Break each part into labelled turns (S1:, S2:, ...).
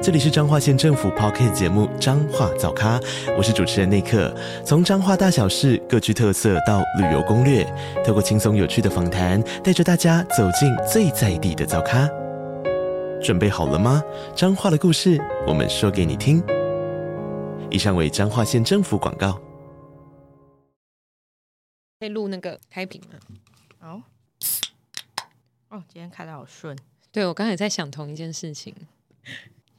S1: 这里是彰化县政府 p o c k t 节目《彰化早咖》，我是主持人内克。从彰化大小事各具特色到旅游攻略，透过轻松有趣的访谈，带着大家走进最在地的早咖。准备好了吗？彰化的故事，我们说给你听。以上为彰化县政府广告。
S2: 可以录那个开屏吗？
S3: 好，哦，今天开的好顺，
S2: 对我刚才在想同一件事情，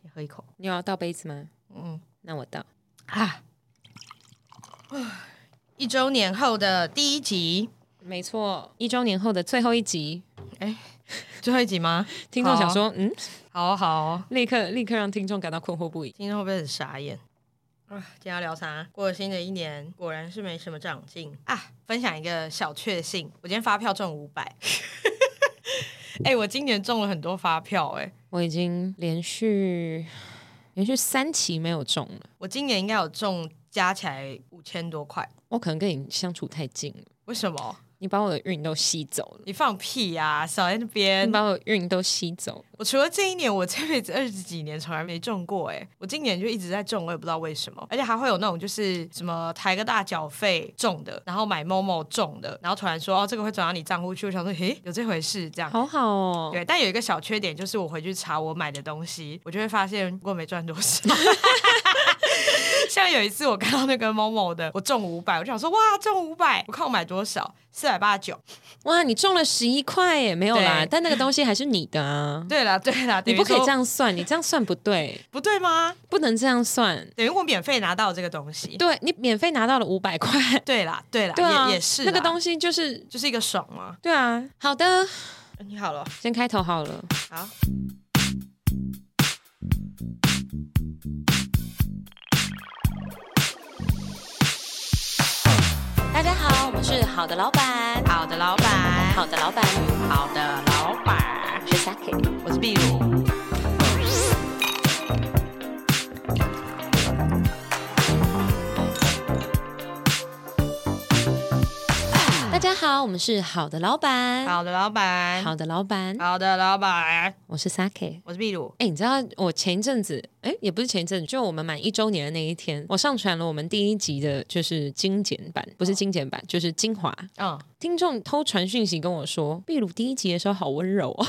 S3: 先喝一口。
S2: 你有要倒杯子吗？
S3: 嗯
S2: 那我倒。
S3: 啊，一周年后的第一集，
S2: 没错，一周年后的最后一集，
S3: 最后一集吗？
S2: 听众想说，嗯，
S3: 好好，
S2: 立刻立刻让听众感到困惑不已。
S3: 听众会不会很傻眼？啊，今天要聊啥？过了新的一年，果然是没什么长进啊。分享一个小确幸，我今天发票中五百。 哎、我今年中了很多发票、哎，
S2: 我已经连续连续三期没有中了，
S3: 我今年应该有中加起来五千多块。
S2: 我可能跟你相处太近了，
S3: 为什么？
S2: 你把我的运都吸走了，
S3: 你放屁呀、少在那
S2: 你
S3: 边！
S2: 把我的运都吸走了。
S3: 我除了这一年，我这辈子二十几年从来没中过哎、我今年就一直在中，我也不知道为什么，而且还会有那种就是什么抬个大缴费中的，然后买某某中的，然后突然说哦这个会转到你账户去，我想说嘿有这回事这样。
S2: 好好哦，
S3: 对，但有一个小缺点就是我回去查我买的东西，我就会发现我没赚多少。 像有一次我看到那个某某的，我中五百，我就想说哇中五百，我看我买多少，四百八十九。
S2: 哇，你中了十一块耶，没有啦
S3: 对，
S2: 但那个东西还是你的啊，
S3: 对啦对啦，
S2: 你不可以
S3: 等于说
S2: 这，样算，你这样算不对，
S3: 不对吗？
S2: 不能这样算。
S3: 等于我免费拿到这个东西。
S2: 对你免费拿到了五百 块，
S3: 对啦，对啦，
S2: 对啊，
S3: 也也是
S2: 那个
S3: 西
S2: 东西就是
S3: 就是一个爽嘛。
S2: 对啊。好的，
S3: 你好了，
S2: 先开头好了。
S3: 好，
S2: 大家好，我们是好的老板，
S3: 好的老板，
S2: 好的老板，
S3: 好的老板，
S2: 我是 Saki。
S3: 我是壁炉。
S2: 大家好，我们是好的老板，
S3: 好的老板，
S2: 好的老板，
S3: 好的老板，
S2: 我是 Saki。
S3: 我是壁炉。
S2: 哎、你知道我前一阵子，哎、也不是前一阵子，就我们满一周年的那一天，我上传了我们第一集的，就是精简版，不是精简版，就是精华。
S3: 嗯，
S2: 听众偷传讯息跟我说，秘鲁第一集的时候好温柔哦，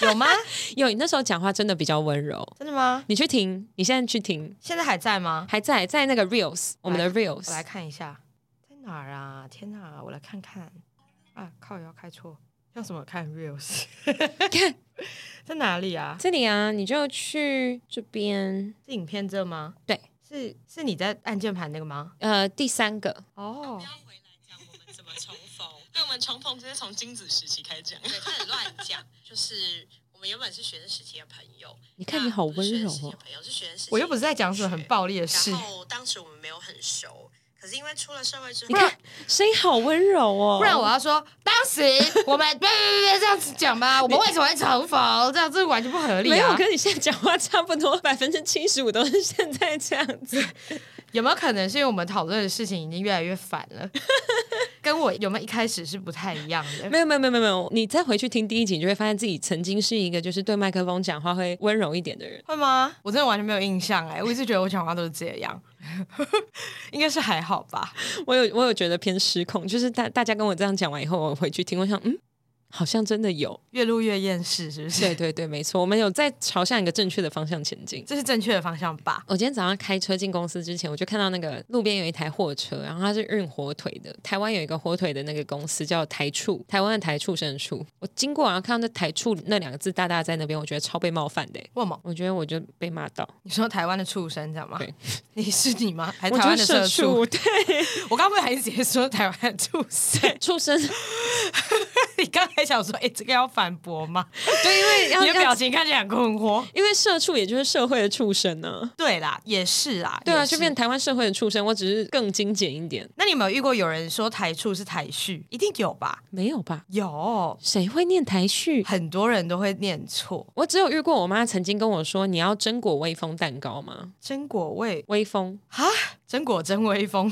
S3: 有吗？
S2: 有你那时候讲话真的比较温柔，
S3: 真的吗？
S2: 你去听，你现在去听，
S3: 现在还在吗？
S2: 还在在那个 reels，我们的
S3: 我来
S2: reels，
S3: 看一下，在哪儿啊？天哪，我来看看。啊，靠，要开错，要怎么看 reels？
S2: 看
S3: 在哪里啊？
S2: 这里啊，你就去这边，
S3: 是影片这吗？
S2: 对，
S3: 是是你在按键盘那个吗？
S2: 呃，第三个，
S3: 哦，
S4: 怎么重逢？对，我们重逢直接从精子时期开始讲，对，开始乱讲， 就是。我们原本是学生时期的朋友，
S2: 你 看你好温柔
S4: 那不是学生时期的
S3: 啊
S2: 哦，
S4: 朋友是学生时期，
S3: 我又不是在讲什么很暴力的事
S4: 然。后当时我们没有很熟，可是因为出了社会之后，
S2: 你看声音好温柔哦，
S3: 不然我要说，当时我们 别别别这样子讲吧，我们为什么会重逢？这样这完全不合理
S2: 没有
S3: 啊！
S2: 跟你现在讲话差不多，百分之七十五都是现在这样子，
S3: 有没有可能是因为我们讨论的事情已经越来越烦了， 跟我有没有一开始是不太一样的？
S2: 没有没有没有没有没有，你再回去听第一集，你就会发现自己曾经是一个就是对麦克风讲话会温柔一点的人。
S3: 会吗？我真的完全没有印象哎、我一直觉得我讲话都是这样， 应该是还好吧。
S2: 我有我有觉得偏失控，就是大大家跟我这样讲完以后，我回去听，我想嗯，好像真的有。
S3: 越录越厌世，是不是？
S2: 对，对对，没错，我们有在朝向一个正确的方向前进。
S3: 这是正确的方向吧？
S2: 我今天早上开车进公司之前，我就看到那个路边有一台货车，然后它是运火腿的。台湾有一个火腿的那个公司叫台畜，台湾的台畜生畜。我经过然后看到那台畜那两个字大大在那边，我觉得超被冒犯的欸、
S3: 为什么？
S2: 我觉得我就被骂到，
S3: 你说台湾的畜生，你知道吗
S2: 对？
S3: 你是你吗？还是
S2: 我
S3: 台
S2: 就
S3: 湾
S2: 是
S3: 的
S2: 社
S3: 社畜？
S2: 畜，对，
S3: 我刚不是还直接说台湾的畜生？
S2: 畜生
S3: 你刚才在想说，哎、这个要反驳吗？
S2: 对，因为要
S3: 你的表
S2: 要，
S3: 情看起来很困惑。
S2: 因为社畜也就是社会的畜生呢、
S3: 对啦，也是啦，
S2: 对啊，
S3: 也是
S2: 就变。台湾社会的畜生，我只是更精简一点，
S3: 那你有没有遇过有人说台畜是台序？一定有吧？
S2: 没有吧？
S3: 有，
S2: 谁会念台序？
S3: 很多人都会念错。
S2: 我只有遇过我妈曾经跟我说：“你要榛果威风蛋糕吗？
S3: 真果味
S2: 威风，
S3: 啊，真果真威风，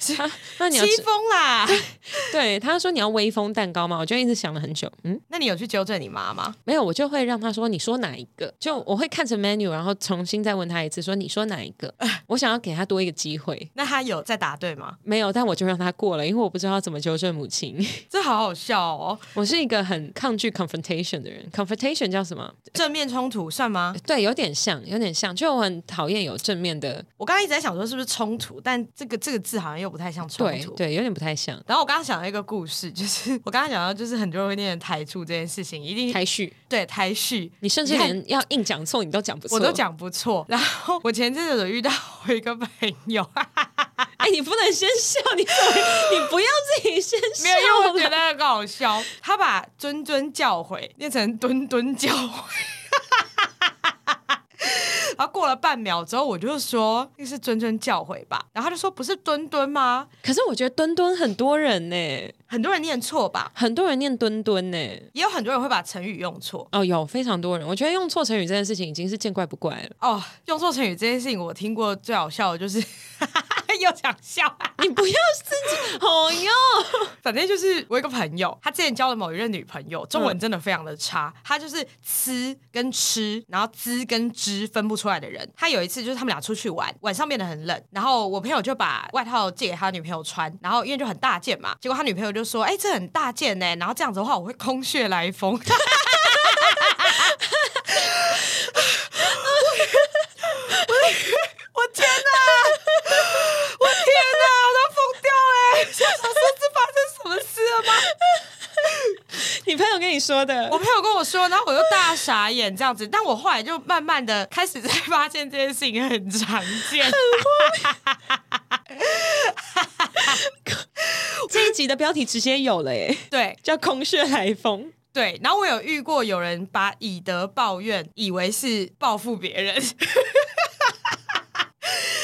S3: 是
S2: 啊、那你要
S3: 西
S2: 吃
S3: 风啦。
S2: 对她说你要威风蛋糕吗？”我就一直想了很久，嗯，
S3: 那你有去纠正你妈吗？
S2: 没有，我就会让她说：“你说哪一个？”就
S3: 嗯
S2: 我会看着 menu，然后重新再问她一次，说：“你说哪一个？”
S3: 嗯
S2: 我想要给她多一个机会。
S3: 那她有在答对吗？
S2: 没有，但我就让她过了，因为我不知道怎么纠正母亲。
S3: 这好好笑哦！
S2: 我是一个很抗拒 confrontation 的人，confrontation 叫什么？
S3: 正面冲突算吗？
S2: 对，有点像，有点像，就我很讨厌有正面的，
S3: 我刚刚一直在想说是不是冲突，但这个这个字好像又不太像冲
S2: 对
S3: 突。
S2: 对，有点不太像。
S3: 然后我刚刚想到一个故事，就是 我刚刚讲到，就是很多人会念台柱这件事情，一定
S2: 开序，
S3: 对台序，
S2: 你甚至连要硬讲错你都讲不错，
S3: 我都。讲不错。然后我前阵子有遇到我一个朋友，
S2: 哎，你不能先笑，你你不要自己先笑
S3: 没有，因为我觉
S2: 了。
S3: 得很搞笑，他把“谆谆教诲”念成“敦敦教诲”。然后过了半秒之后，我就说那是谆谆教诲吧，然后他就说不是敦敦吗？
S2: 可是我觉得墩墩很多人呢、
S3: 很多人念错吧，
S2: 很多人念墩墩呢。
S3: 也有很多人会把成语用错。
S2: 哦，有非常多人，我觉得用错成语这件事情已经是见怪不怪了。
S3: 哦，用错成语这件事情，我听过最好笑的就是 又想笑，
S2: 你不要自己，哦哟，
S3: 反正就是我有一个朋友，他之前交了某一任女朋友，中文真的非常的差，他就是呲跟吃，然后滋跟知分不出来的人。他有一次就是他们俩出去玩，晚上变得很冷，然后我朋友就把外套借给他女朋友穿，然后因为就很大件嘛，结果他女朋友就说：“哎、这很大件呢、然后这样子的话我会空穴来风。” 我天哪！我天哪！我都疯掉哎、欸！ 想说这发生什么事了吗？
S2: 你朋友跟你说的
S3: 我，朋友跟我说，然后我就大傻眼这样子。但我后来就慢慢的开始在发现这件事情很常见。
S2: 这一集的标题直接有了耶，
S3: 对
S2: 叫“空穴来风”。
S3: 对，然后我有遇过有人把以德报怨，以为是报复别人。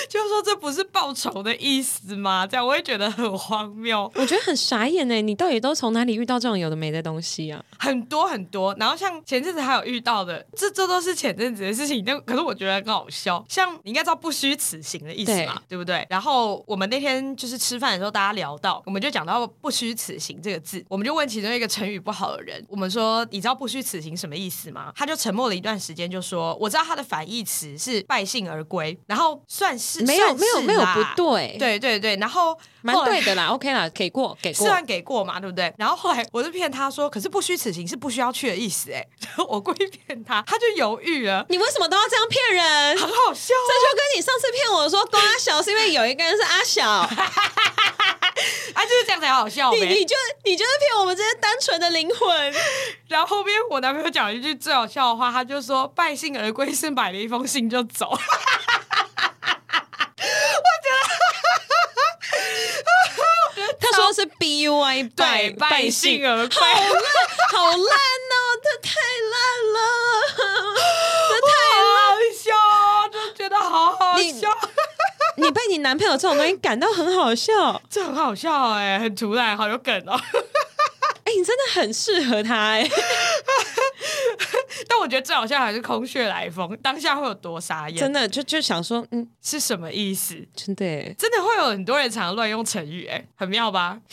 S3: 就说这不是报仇的意思吗？这样我会觉得很荒谬。
S2: 我觉得很傻眼呢，你到底都从哪里遇到这种有的没的东西啊？
S3: 很多很多。然后像前阵子还有遇到的，这这都是前阵子的事情，但可是我觉得很好笑。像你应该知道不虚此行的意思嘛，对不对？然后我们那天就是吃饭的时候，大家聊到，我们就讲到不虚此行这个字，我们就问其中一个成语不好的人，我们说你知道不虚此行什么意思吗？他就沉默了一段时间，就说我知道他的反义词是败兴而归，然后算是
S2: 没有
S3: 算是
S2: 没有没有
S3: 啦
S2: 不对，，
S3: 对对对，然后
S2: 蛮
S3: 后来
S2: 对的啦，OK 啦，给过给过
S3: 虽。然给过嘛，对不对？然后后来我就骗他说，可是不虚此行是不需要去的意思， 哎，我故意骗他，他就犹豫了，
S2: 你为什么都要这样骗人？
S3: 很好笑啊、
S2: 这就跟你上次骗我说瓜小是因为有一个人是阿小，
S3: 啊，就是这样才好笑
S2: 你
S3: 呗
S2: 你。就你就是骗我们这些单纯的灵魂。
S3: 然后后面我男朋友讲了一句最好笑的话，他就说败兴而归是买了一封信就 走。我觉得
S2: 他说是 B U I 败
S3: 对，败兴而归。
S2: 好烂哦，这太烂了，这
S3: 好笑哦，就觉得好好
S2: 你
S3: 笑，
S2: 太……你被你男朋友这种东西感到很好笑。
S3: 这很好笑哎、很突然，好有梗哦。
S2: 哎、你真的很适合他哎、
S3: 但我觉得最好笑还是空穴来风，当下会有多傻眼，
S2: 真的就就想说，嗯，
S3: 是什么意思？
S2: 真的哎耶
S3: 真的会有很多人常乱用成语、哎，很妙吧？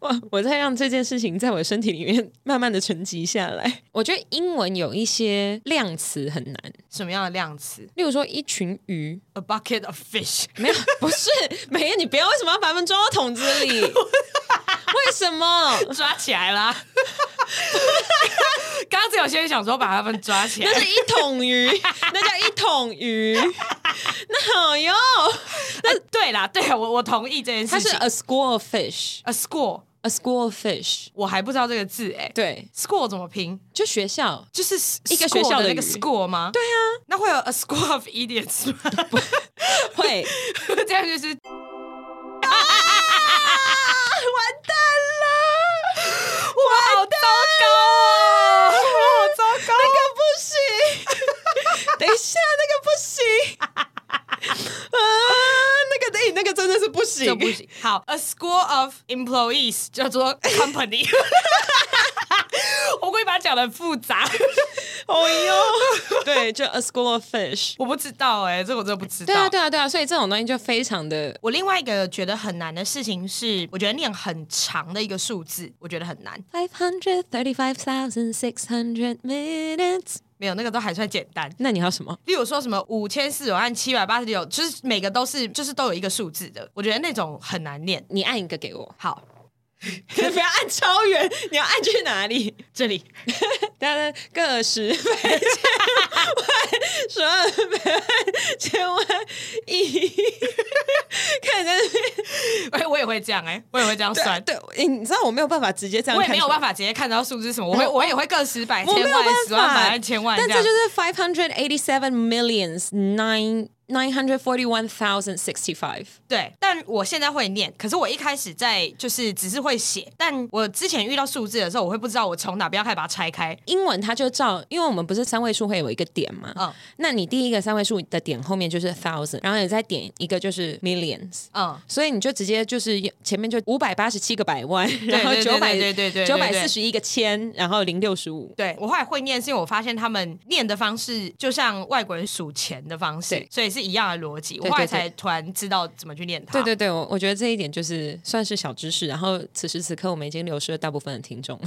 S2: 哇！我在让这件事情在我身体里面慢慢的沉积下来。 我觉得英文有一些量词很难，
S3: 什么样的量词
S2: 例如说一群鱼，
S3: ？A bucket of fish，
S2: 没 有，不是，没有，你不要，为什么要把它们装到桶子里？ 为什么？
S3: 抓起来啦！ 刚刚只有些人想说把他们抓起
S2: 那
S3: 来，
S2: 是一桶 鱼，那叫一桶鱼。那好哟，
S3: 那对啦，对啦，我我同意这件
S2: 它
S3: 事
S2: 是
S3: 情。
S2: a school of fish，a
S3: a school，
S2: school of fish。
S3: 我还不知道这个字、哎
S2: 对，
S3: ，school 怎么拼？
S2: 就学校，
S3: 就是
S2: 一个
S3: school
S2: 学校的
S3: 的那个
S2: 语
S3: school 吗？对啊，那会有 a school of idiots 吗？
S2: 会
S3: 这样就是
S2: 啊完蛋了。
S3: 啊
S2: 啊
S3: 不行。 好，a school of employees 叫做 company。我故意把它讲的复杂，
S2: 哦哟，对，就 a school of fish。
S3: 我不知道哎、这个我真的不知
S2: 对
S3: 道。
S2: 啊，对啊，对啊，所以这种东西就非常的
S3: 我另外一个觉得很难的事情是，我觉得念很长的一个数字，我觉得很难。
S2: five hundred thirty five thousand six hundred minutes。
S3: 没有那个都还算简单。
S2: 那你还有什么？
S3: 例如说什么五千四百万七百八十六，就是每个都是就是都有一个数字的，我觉得那种很难念。
S2: 你按一个给我，
S3: 好，
S2: 你 不要按超远，你要按去哪里？
S3: 这里
S2: 大家个十倍、千万、十二倍、千万、 亿，看你在那边
S3: 哎，我也会这样哎、我也会这样算。
S2: 对，对你知道我没有办法直接这样
S3: 我
S2: 看
S3: 也
S2: 出来，
S3: 没有办法直接看到数字是什么，我会我也会个十百千
S2: 我没有
S3: 万
S2: 办
S3: 十万
S2: 法，
S3: 百万千万样，
S2: 但这就是 five hundred eighty seven millions nine nine hundred forty one thousand sixty five。
S3: 对，但我现在会念，可是我一开始在就是只是会写，但我之前遇到数字的时候，我会不知道我从哪边要开始把它拆开。
S2: 英文它就照，因为我们不是三位数会有一个点嘛，
S3: 嗯
S2: 那你第一个三位数的点后面就是 thousand，然后你再点一个就是 millions。
S3: 嗯，
S2: 所以你就直接就是前面就五百八十七个百万，然后
S3: 对
S2: 九百
S3: 对对对对
S2: 九
S3: 对
S2: 百
S3: 对
S2: 四十一个千，然后零六十五。
S3: 对我后来会念，是因为我发现他们念的方式就像外国人数钱的方式
S2: 对，
S3: 所以是一样的逻辑。
S2: 对
S3: 我后来
S2: 对
S3: 才突然知道怎么去念它。
S2: 对对对，我我觉得这一点就是算是小知识。然后此时此刻我们已经流失了大部分的听众，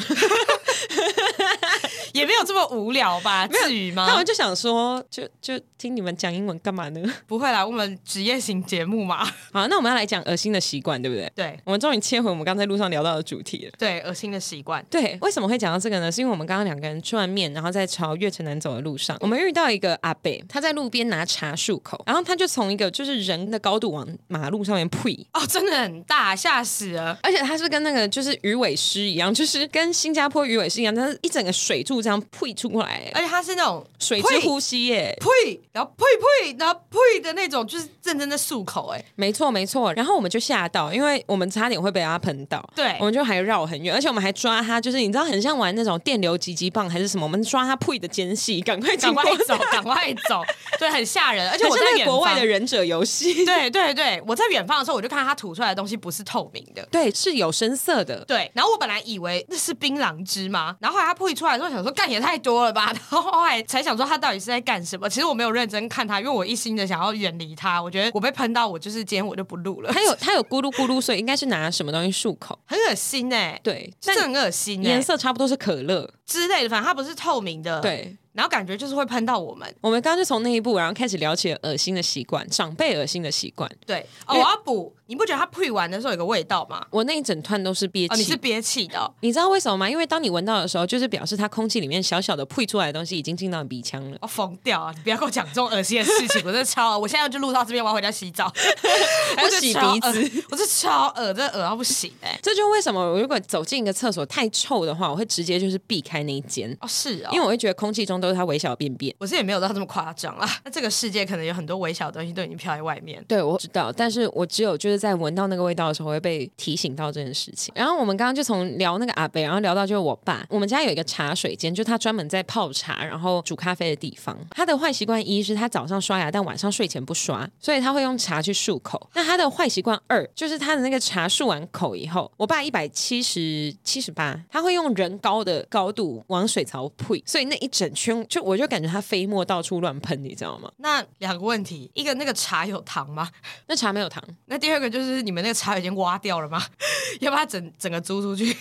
S3: 也没有这么无聊吧？至于吗？
S2: 那我就想说，就就听你们讲英文干嘛呢？
S3: 不会啦，我们职业型节目嘛。
S2: 好，那我们要来讲恶心的习惯，对不对？
S3: 对
S2: 我们终于切回我们刚才路上聊到的主题了。
S3: 对，恶心的习惯。
S2: 对，为什么会讲到这个呢？是因为我们刚刚两个人吃完面，然后在朝越城南走的路上，我们遇到一个阿伯，他在路边拿茶漱口，然后他就从一个就是人的高度往马路上面呸，
S3: 哦，真的很大，吓死了！
S2: 而且他是跟那个就是鱼尾狮一样，就是跟新加坡鱼尾狮一样，但是一整个水柱这样呸出来，哎
S3: 而且它是那种
S2: 水之呼吸耶，
S3: 呸，然后呸呸，然后呸的那种，就是认真的漱口、哎，
S2: 没错没错。然后我们就吓到，因为我们差点会被他喷到，
S3: 对
S2: 我们就还绕很远，而且我们还抓他，就是你知道很像玩那种电流击击棒还是什么，我们抓他呸的间隙，赶快
S3: 赶
S2: 经过
S3: 快 走，赶快走，对，很吓人。而且
S2: 就
S3: 我
S2: 是
S3: 在
S2: 那
S3: 远
S2: 个国外
S3: 方
S2: 的忍者游戏，
S3: 对对对，我在远方的时候，我就看到它吐出来的东西不是透明的。
S2: 对，是有深色的。
S3: 对，然后我本来以为那是槟榔汁嘛，然后后来它吐出来的时候，想说干也太多了吧，然 后后来才想说它到底是在干什么。其实我没有认真看它，因为我一心的想要远离它。我觉得我被喷到，我就是今天我就不录了，
S2: 它有它有咕噜咕噜，所以应该是拿什么东西漱口。
S3: 很恶心哎、
S2: 对，
S3: 真的
S2: 但
S3: 很恶心、欸，
S2: 颜色差不多是可乐。
S3: 之类的，反正它不是透明的，，
S2: 对，
S3: 然后感觉就是会喷到我们，
S2: 我们刚刚就从那一步，然后开始聊起了恶心的习惯，长辈恶心的习惯。
S3: 对，哦，
S2: 因
S3: 我
S2: 为
S3: 要补，你不觉得它配完的时候有个味道吗？
S2: 我那一整串都是憋气。
S3: 哦，你是憋气的哦、
S2: 你知道为什么吗？因为当你闻到的时候，就是表示它空气里面小小的吐出来的东西已经进到你鼻腔了。
S3: 我疯掉啊！你不要跟我讲这种恶心的事情，我真的超恶。我现在就录到这边，我要回家 洗澡，我
S2: 洗
S3: 超
S2: 鼻子
S3: 恶，我是超恶，真的恶到不行哎、
S2: 这就是为什么我如果走进一个厕所太臭的话，我会直接就是避开那一间，
S3: 哦，是哦，
S2: 因为我会觉得空气中都是它微小的便便。
S3: 我是也没有到这么夸张啦。那这个世界可能有很多微小的东西都已经飘在外面。
S2: 对，我知道，但是我只有就是在闻到那个味道的时候，会被提醒到这件事情。然后我们刚刚就从聊那个阿伯，然后聊到就是我爸，我们家有一个茶水间，就他专门在泡茶，然后煮咖啡的地方。他的坏习惯一是他早上刷牙，但晚上睡前不刷，所以他会用茶去漱口。那他的坏习惯二就是他的那个茶漱完口以后，我爸一百七十七十八，他会用人高的高度往水槽呸，所以那一整圈就我就感觉他飞沫到处乱喷，你知道吗？
S3: 那两个问题，一个那个茶有糖吗？
S2: 那茶没有糖。
S3: 那第二个就是你们那个茶已经挖掉了吗？ 要把它整整个租出去？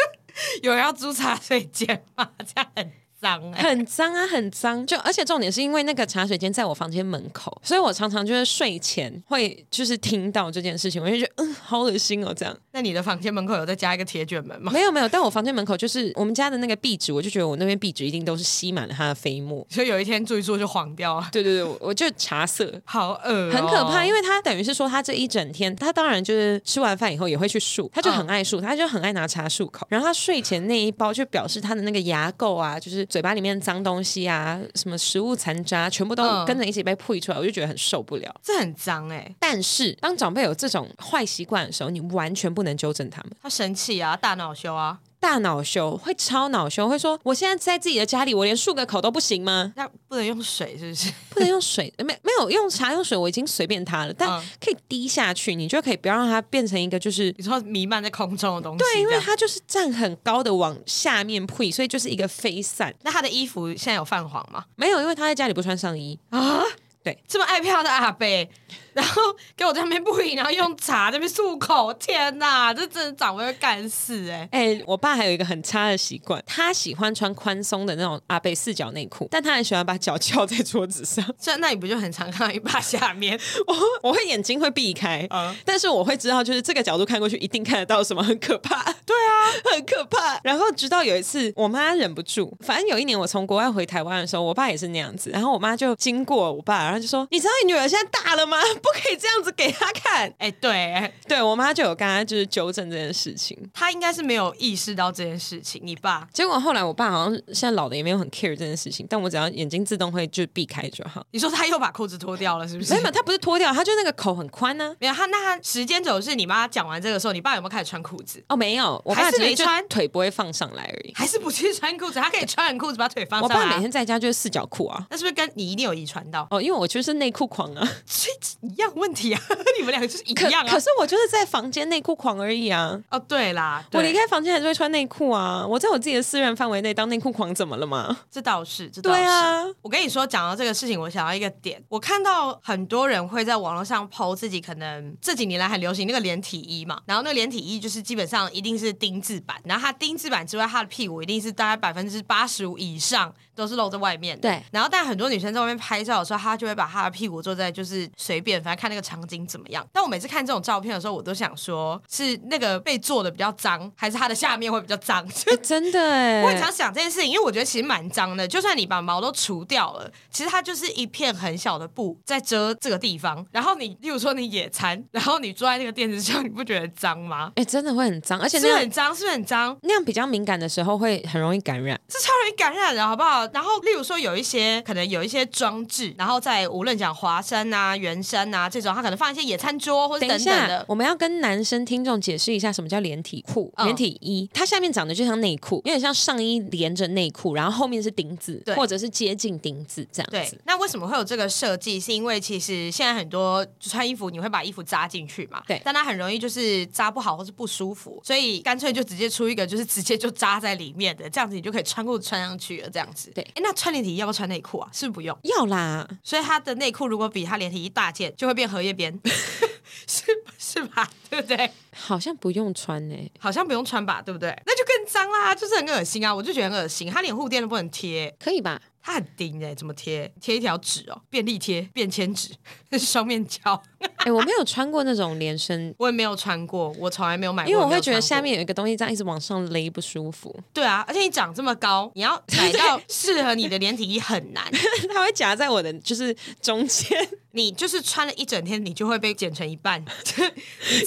S3: 有人要租茶水间吗？ 这样很脏 哎、
S2: 很脏啊，很脏。就而且重点是因为那个茶水间在我房间门口，所以我常常就是睡前会就是听到这件事情，我就觉得嗯，好恶心哦，这样。
S3: 那你的房间门口有再加一个铁卷门吗？
S2: 没有没有，但我房间门口就是我们家的那个壁纸，我就觉得我那边壁纸一定都是吸满了它的飞沫。
S3: 所以有一天住一住就黄掉啊，
S2: 对对对，我我就茶色。
S3: 好恶、哦
S2: 很可怕，因为他等于是说，他这一整天，他当然就是吃完饭以后也会去漱，他就很爱漱，他就很爱拿茶漱口。然后他睡前那一包就表示他的那个牙垢啊，就是嘴巴里面脏东西啊，什么食物残渣，全部都
S3: 嗯
S2: 跟着一起被吐出来，我就觉得很受不了。
S3: 这很脏哎、
S2: 但是当长辈有这种坏习惯的时候，你完全不能纠正他们。
S3: 他生气啊，大恼羞啊，
S2: 大恼羞，会超恼羞，会说我现在在自己的家里，我连漱个口都不行吗？
S3: 那不能用水是不是？
S2: 不能用水， 没没有用茶用水，我已经随便他了，但
S3: 嗯
S2: 可以滴下去，你就可以不要让它变成一个就是。
S3: 你说弥漫在空中的东西，
S2: 对，因
S3: 这
S2: 为
S3: 样
S2: 它就是站很高的往下面铺，所以就是一个飞散。
S3: 那他的衣服现在有泛黄吗？
S2: 没有，因为他在家里不穿上衣，
S3: 啊，
S2: 对，
S3: 这么爱漂亮的阿贝，然后给我在那边不赢，然后用茶在那边漱口，天哪，这真的长辈会干事哎、
S2: 哎、我爸还有一个很差的习惯，他喜欢穿宽松的那种阿贝四角内裤，但他很喜欢把脚翘在桌子上。
S3: 这那你不就很常看到一把 下面？
S2: 我我会眼睛会避开，
S3: 嗯
S2: 但是我会知道，就是这个角度看过去一定看得到什么，很可怕。对啊， 很可怕。然后直到有一次，我妈忍不住，反正有一年我从国外回台湾的时候，我爸也是那样子，然后我妈就经过我爸，然后就说：“你知道你女儿现在大了吗？ 不可以这样子给她看。
S3: 哎、对，”
S2: 对我妈就有跟她就是纠正这件事情。
S3: 他应该是没有意识到这件事情。你爸
S2: 结果后来我爸好像现在老的也没有很 care 这件事情，但我只要眼睛自动会就避开就 好。
S3: 你说他又把裤子脱掉了，是不是？
S2: 没有，他不是脱掉，他就那个口很宽啊呢、
S3: 没有他那他时间轴是你妈讲完这个时候，你爸有没有开始穿裤子？
S2: 哦，没有，我爸
S3: 还是
S2: 只是
S3: 没
S2: 就
S3: 穿
S2: 腿不会放上来而已。
S3: 还是不去穿裤子？他可以穿完裤子把腿放
S2: 我
S3: 上来
S2: 哦爸每
S3: 啊。
S2: 天在家就是四角裤啊。
S3: 那是不是跟你一定有遗传到？
S2: 哦，因为我就是内裤狂 啊，
S3: 所以一样问题啊， 你们两个就是一
S2: 可
S3: 样啊
S2: 可。是我就是在房间内裤狂而已啊。
S3: 哦，对啦，
S2: 我
S3: 对
S2: 离开房间还是会穿内裤啊，我在我自己的私人范围内当内裤狂怎么了嘛？
S3: 这倒是，这倒是。
S2: 对啊，
S3: 我跟你说，讲到这个事情，我想到一个点，我看到很多人会在网络上 PO 自己，可能这几年来很流行那个连体衣嘛，然后那个连体衣就是基本上一定是丁字版，然后它丁字版之外，它的屁股一定是大概百分之八十五以上都是露在外面的。
S2: 对
S3: 然后但很多女生在外面拍照的时候，她就会把她的屁股坐在就是随便，反正看那个场景怎么样。但我每次看这种照片的时候，我都想说，是那个被做的比较脏，还是她的下面会比较脏？
S2: 哎真的哎、
S3: 我很常想这件事情，因为我觉得其实蛮脏的。就算你把毛都除掉了，其实它就是一片很小的布在遮这个地方。然后你，例如说你野餐，然后你坐在那个垫子上，你不觉得脏吗？
S2: 哎、真的会很脏，而且
S3: 是
S2: 那
S3: 不是很
S2: 样
S3: 脏？是不是很脏？
S2: 那样比较敏感的时候会很容易感染。
S3: 这超容易感染的，好不好？然后，例如说有一些可能有一些装置，然后在无论讲华山啊、圆山啊这种，它可能放一些野餐桌或者
S2: 等
S3: 等
S2: 一
S3: 等
S2: 下
S3: 的，。
S2: 我们要跟男生听众解释一下什么叫连体裤、
S3: 嗯
S2: 连体衣，它下面长得就像内裤，有点像上衣连着内裤，然后后面是丁字
S3: 对，
S2: 或者是接近丁字这样
S3: 对
S2: 子。，
S3: 那为什么会有这个设计？是因为其实现在很多穿衣服你会把衣服扎进去嘛，
S2: 对
S3: 但它很容易就是扎不好或是不舒服，所以干脆就直接出一个就是直接就扎在里面的，这样子你就可以穿裤子穿上去了，这样子。
S2: 对
S3: 哎，那穿连体衣要不要穿内裤啊？是不是不用？
S2: 要啦，
S3: 所以它的内裤如果比它连体衣大件，就会变荷叶边， 是是吧？对不对？
S2: 好像不用穿欸呢、
S3: 好像不用穿吧，对不对？那就更脏啦，就是很恶心啊！我就觉得很恶心，它连护垫都不能贴，
S2: 可以吧？
S3: 它很钉哎、怎么贴？贴一条纸哦，便利贴、便签纸， 那是双面胶。，
S2: 哎、我没有穿过那种连身
S3: 我也没有穿过，我从来没有买过，
S2: 因为我
S3: 没有
S2: 会觉得
S3: 穿过
S2: 下面有一个东西这样一直往上勒不舒服，
S3: 对啊，而且你长这么高，你要买到适合你的连体衣很难。
S2: 它会夹在我的就是中间，
S3: 你就是穿了一整天，你就会被剪成一半， 你直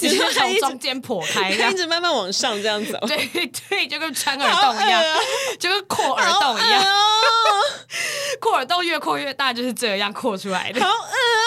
S2: 你
S3: 接
S2: 说它
S3: 从
S2: 一直
S3: 中间破开这样
S2: 一。直慢慢往上这样走。
S3: 哎 对对，就跟穿耳
S2: 好
S3: 洞一样
S2: 恶啊，
S3: 就跟扩耳
S2: 好
S3: 洞
S2: 恶
S3: 一样，
S2: 哦
S3: 扩耳洞越扩越大，就是这样扩出来的。
S2: 好恶啊！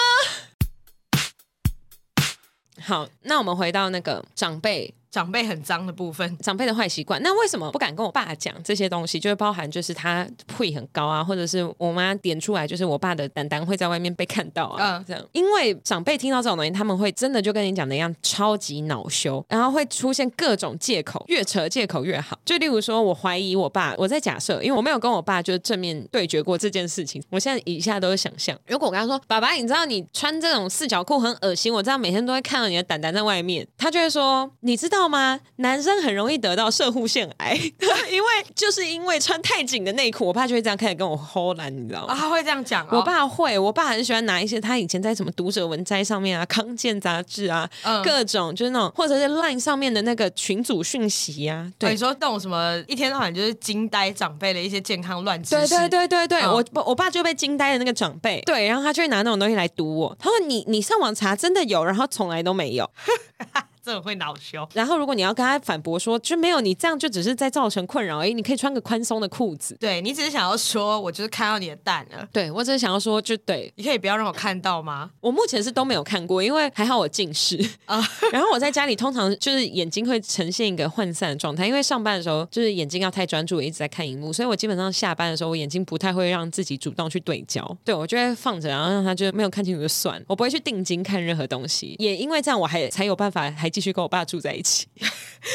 S2: 好，那我们回到那个长辈
S3: 长辈很脏的部分，
S2: 长辈的坏习惯。那为什么不敢跟我爸讲这些东西？就是包含就是他会很高啊，或者是我妈点出来，就是我爸的胆胆会在外面被看到啊，
S3: 嗯
S2: 这样。因为长辈听到这种东西，他们会真的就跟你讲的一样，超级恼羞，然后会出现各种借口，越扯借口越好。就例如说，我怀疑我爸，我在假设，因为我没有跟我爸就是正面对决过这件事情，我现在以下都是想象。如果我跟他说，爸爸，你知道你穿这种四角裤很恶心，我知道每天都会看到你的胆胆在外面，他就会说，你知道吗？男生很容易得到射护腺癌，因为就是因为穿太紧的内裤，我爸就会这样开始跟我吼懒，你知道吗
S3: 啊，？他会这样讲哦。
S2: 我爸会，我爸很喜欢拿一些他以前在什么读者文摘上面啊、 康健杂志啊，
S3: 嗯
S2: 各种就是那种或者是 LINE 上面的那个群组讯息啊，
S3: 哦
S2: 对
S3: 你。说那种什么一天到晚就是惊呆长辈的一些健康乱知
S2: 对
S3: 识，
S2: 对对对对，
S3: 嗯
S2: 我我爸就被惊呆的那个长辈，对，然后他就会拿那种东西来堵我。他说你你上网查真的有，然后从来都没有，
S3: 真的会恼羞。
S2: 然后如果你要跟他反驳说，就没有你这样就只是在造成困扰而已，你可以穿个宽松的裤子。
S3: 对你只是想要说，我就是看到你的蛋了，
S2: 对我只是想要说，就对
S3: 你可以不要让我看到吗？
S2: 我目前是都没有看过，因为还好我近视啊。 然后我在家里通常就是眼睛会呈现一个涣散的状态，因为上班的时候就是眼睛要太专注，我一直在看荧幕，所以我基本上下班的时候我眼睛不太会让自己主动去对焦。对我就会放着，然后让他就没有看清楚就算，我不会去定睛看任何东西。也因为这样，我还才有办法还继续跟我爸住在一起。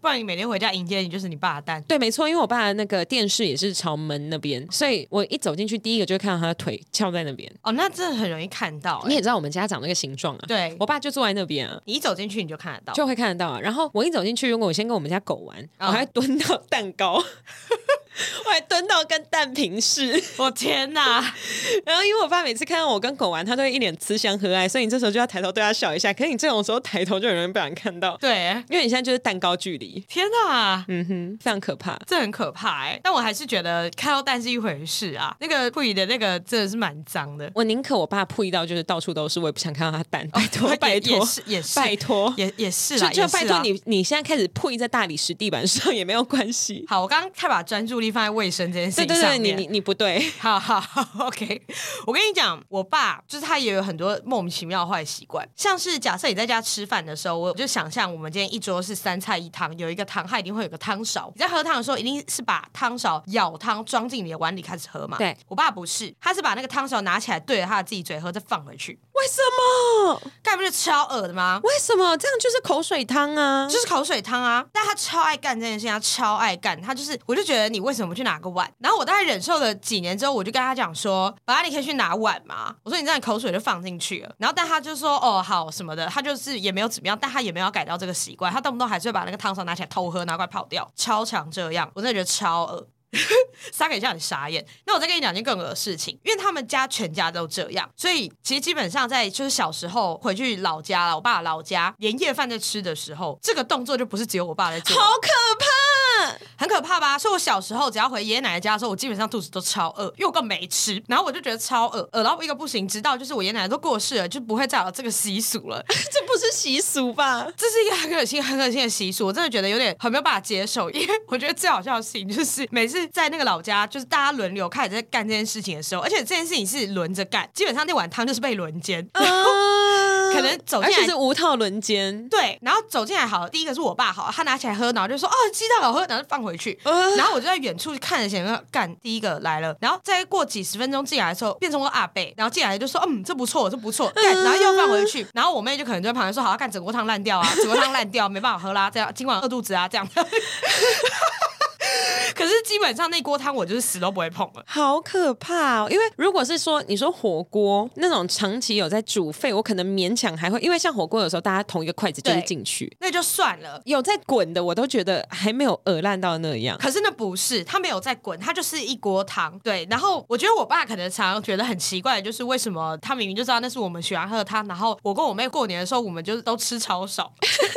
S3: 不然你每天回家迎接你就是你爸的蛋。
S2: 对，没错，因为我爸的那个电视也是朝门那边，所以我一走进去，第一个就会看到他的腿翘在那边。
S3: 哦，那真的很容易看到、欸。
S2: 你也知道我们家长那个形状啊，
S3: 对
S2: 我爸就坐在那边啊，
S3: 你一走进去你就看得到，
S2: 就会看得到啊。然后我一走进去，如果我先跟我们家狗玩，
S3: 啊
S2: 我还蹲到蛋糕， 我还蹲到跟蛋平视。
S3: 我天哪！
S2: 然后因为我爸每次看到我跟狗玩，他都会一脸慈祥和蔼，所以你这时候就要抬头对他笑一下。可是你这种时候抬头就很容易被人看到，
S3: 对，
S2: 因为你现在就是蛋糕距离，
S3: 天哪！
S2: 嗯哼，非常可怕。
S3: 这很可怕哎、但我还是觉得看到蛋是一回事啊。那个不宜的那个真的是蛮脏的，
S2: 我宁可我爸扑一到就是到处都是，我也不想看到他蛋。拜托，
S3: 也
S2: 拜
S3: 哦也
S2: 托，
S3: 是也是
S2: 拜托，
S3: 也也是
S2: 就
S3: 啦，
S2: 就
S3: 也是啊
S2: 拜托
S3: 啦。
S2: 你，你现在开始铺在大理石地板上也没有关 系。
S3: 好，我刚刚太把专注力放在卫生这件事
S2: 对
S3: 情
S2: 对
S3: 上
S2: 对，
S3: 面。
S2: 你你你不对，
S3: 好好好，OK。我跟你讲，我爸就是他也有很多莫名其妙的坏习惯，像是假设你在家吃饭的时候，我就想象我们今天一桌是三菜一汤，有一个汤，他一定会有个汤勺。你在喝汤的时候，一定是把汤勺舀汤装进你的碗里开始喝嘛？
S2: 对，
S3: 我爸不是，他是把那个汤勺拿起来对着他的自己嘴喝，再放回去，
S2: 为什么？
S3: 干不就超恶的吗？
S2: 为什么这样就是口水汤啊？
S3: 就是口水汤啊！但他超爱干这件事情，他超爱干，他就是，我就觉得你为什么不去拿个碗？然后我大概忍受了几年之后，我就跟他讲说，爸爸，你可以去拿碗吗？我说你这样口水就放进去了。然后但他就说，哦，好什么的，他就是也没有怎么样，但他也没有要改掉这个习惯，他动不动还是会把那个汤勺拿起来偷喝，拿过来跑掉，超常这样，我真的觉得超恶。撒给一下你傻眼。那我再跟你讲件更恶的事情，因为他们家全家都这样，所以其实基本上在就是小时候回去老家了，我爸的老家年夜饭在吃的时候，这个动作就不是只有我爸在做，
S2: 好可怕！
S3: 很可怕吧？所以我小时候只要回爷爷奶奶家的时候，我基本上肚子都超饿，因为我根本没吃，然后我就觉得超饿，饿到一个不行，直到就是我爷爷奶奶都过世了，就不会再有这个习俗了。
S2: 这不是习俗吧？
S3: 这是一个很恶心、很恶心的习俗，我真的觉得有点很没有办法接受。因为我觉得最好笑的事情就是，每次在那个老家，就是大家轮流开始在干这件事情的时候，而且这件事情是轮着干，基本上那碗汤就是被轮奸。
S2: 啊，
S3: 可能走进来
S2: 而且是无套轮奸。
S3: 对，然后走进来好，第一个是我爸好，他拿起来喝，然后就说哦鸡蛋好喝，然后就放回去。
S2: 呃
S3: 然后我就在远处看着，想说干第一个来了，然后再过几十分钟进来的时候，变成我阿贝，然后进来就说嗯这不错，这不错，干，然后又放回去，然后我妹就可能就在旁边说好干整锅汤烂掉啊，整锅汤烂掉没办法喝啦，这样今晚饿肚子啊这样。 可是基本上那锅汤我就是死都不会碰了。
S2: 好可怕、哦！因为如果是说你说火锅那种长期有在煮沸，我可能勉强还会，因为像火锅有时候大家同一个筷子就是
S3: 对
S2: 进去，
S3: 那就算了。
S2: 有在滚的我都觉得还没有鹅烂到那样。
S3: 可是那不是，它没有在滚，它就是一锅汤。对，然后我觉得我爸可能常常觉得很奇怪，就是为什么他明明就知道那是我们喜欢喝的汤，然后我跟我妹过年的时候，我们就是都吃超少，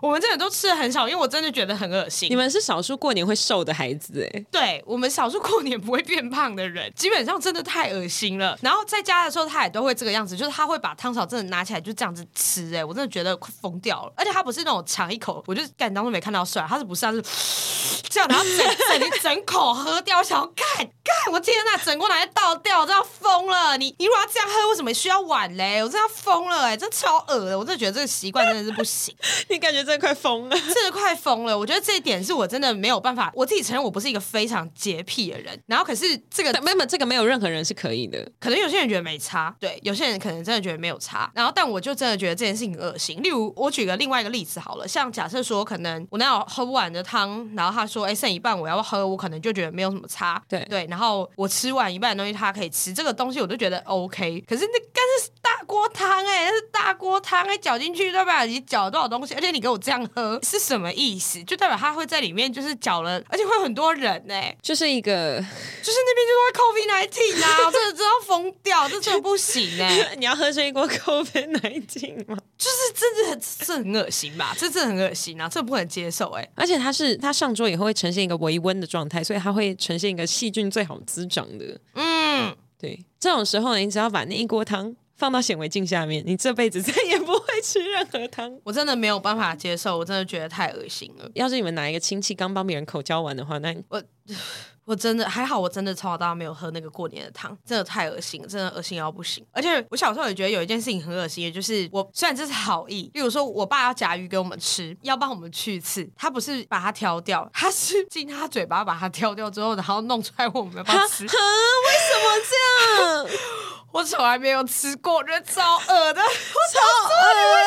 S3: 我们真的都吃的很少，因为我真的觉得很恶心。
S2: 你们是少数过年会瘦的孩子哎、
S3: 对我们少数过年不会变胖的人，基本上真的太恶心了。然后在家的时候，他也都会这个样子，就是他会把汤勺真的拿起来就这样子吃、哎，我真的觉得快疯掉了。而且他不是那种尝一口我就干当做没看到算了，他是不是他是这样，然后整整整口喝掉，我想要干干，我天呐，整锅拿来倒掉，我真的要疯了。你你如果要这样喝，为什么需要碗嘞？我真的要疯了、哎，真的超恶的，我真的觉得这个习惯真的是不行。
S2: 你感觉真的快疯了。
S3: 真的快疯了。我觉得这一点是我真的没有办法，我自己承认我不是一个非常洁癖的人。然后可是这个
S2: 没有，没有这个没有任何人是可以的。
S3: 可能有些人觉得没差，对，有些人可能真的觉得没有差。然后，但我就真的觉得这件事情很恶心。例如，我举个另外一个例子好了，像假设说，可能我那有喝不完的汤，然后他说，哎、剩一半我要喝，我可能就觉得没有什么差，
S2: 对
S3: 对。然后我吃完一半的东西，他可以吃，这个东西我就觉得 OK。可是那但是大锅汤哎，那是大锅汤哎，搅进去对吧？你搅了多少东西？而且你给我这样喝是什么意思？就代表他会在里面就是搅了，而且会有很多人哎、
S2: 就是一个，
S3: 就是那边就是会 COVID nineteen 啊，我真的真的要疯掉，这真的不行 哎、
S2: 你要喝这一锅 COVID 奶精吗？
S3: 就是真的很这很恶心吧，这真的很恶心啊，这不能接受哎、
S2: 而且它是它上桌以后会呈现一个微温的状态，所以它会呈现一个细菌最好滋长的。
S3: 嗯，
S2: 对，这种时候呢，你只要把那一锅汤放到显微镜下面，你这辈子再也不会吃任何汤。
S3: 我真的没有办法接受，我真的觉得太恶心了。
S2: 要是你们哪一个亲戚刚帮别人口交完的话，那
S3: 我真的还好，我真的从小到大没有喝那个过年的汤，真的太恶心了，真的恶心到不行。而且我小时候也觉得有一件事情很恶心，也就是我虽然这是好意，例如说我爸要夹鱼给我们吃，要帮我们去刺，他不是把它挑掉，他是 进他嘴巴把它挑掉之后，然后弄出来我们要不要吃
S2: 啊，为。什么这样？
S3: 我从来没有吃过，我觉得超恶的。我超恶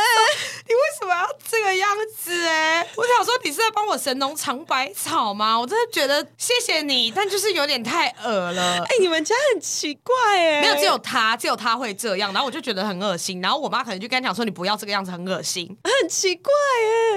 S3: 你为什么要这个样子、欸？哎，我想说你是在帮我神农尝百草吗？我真的觉得谢谢你，但就是有点太恶了。
S2: 哎、你们家很奇怪哎，
S3: 没有，只有他，只有他会这样，然后我就觉得很恶心，然后我妈可能就跟他讲说：“你不要这个样子，很恶心，
S2: 很奇怪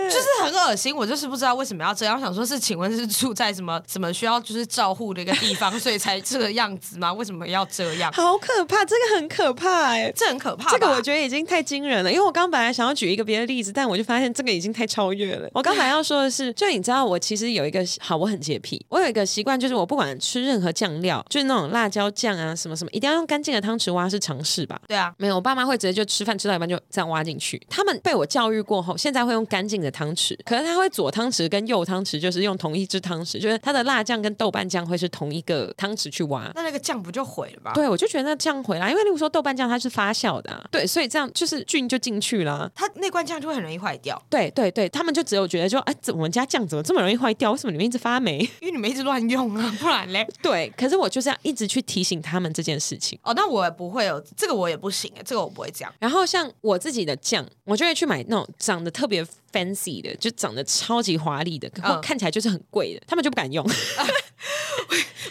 S2: 哎，
S3: 就是很恶心。”我就是不知道为什么要这样，我想说是请问是住在什么什么需要就是照护的一个地方，所以才这个样子吗？为什么要这样？
S2: 好可怕，这个很可怕哎。
S3: 这很可怕吧。
S2: 这个我觉得已经太惊人了，因为我刚本来想要举一个别的例子，但我就发现这个已经太超越了。我刚本来要说的是，就你知道，我其实有一个好，我很洁癖，我有一个习惯，就是我不管吃任何酱料，就是那种辣椒酱啊什么什么，一定要用干净的汤匙挖，是尝试吧。
S3: 对啊，
S2: 没有，我爸妈会直接就吃饭吃到一半就这样挖进去。他们被我教育过后，现在会用干净的汤匙，可是他会左汤匙跟右汤匙就是用同一只汤匙，就是他的辣酱跟豆瓣酱会是同一个汤匙去挖。
S3: 那那个酱不就毁了吧？
S2: 对，我就觉得那酱回来，因为例如说豆瓣酱它是发酵的、啊，对，所以这样就是菌就进去啦。
S3: 它那罐酱就会很容易坏掉，
S2: 对对对，他们就只有觉得就哎，怎么我们家酱怎么这么容易坏掉？为什么里面一直发霉？
S3: 因为你们一直乱用啊，不然 嘞。
S2: 对，可是我就这样一直去提醒他们这件事情。
S3: 哦，那我也不会有这个，我也不行哎，这个我不会这样。
S2: 然后像我自己的酱，我就会去买那种长得特别 fancy 的，就长得超级华丽的，可
S3: 嗯
S2: 看起来就是很贵的，他们就不敢用。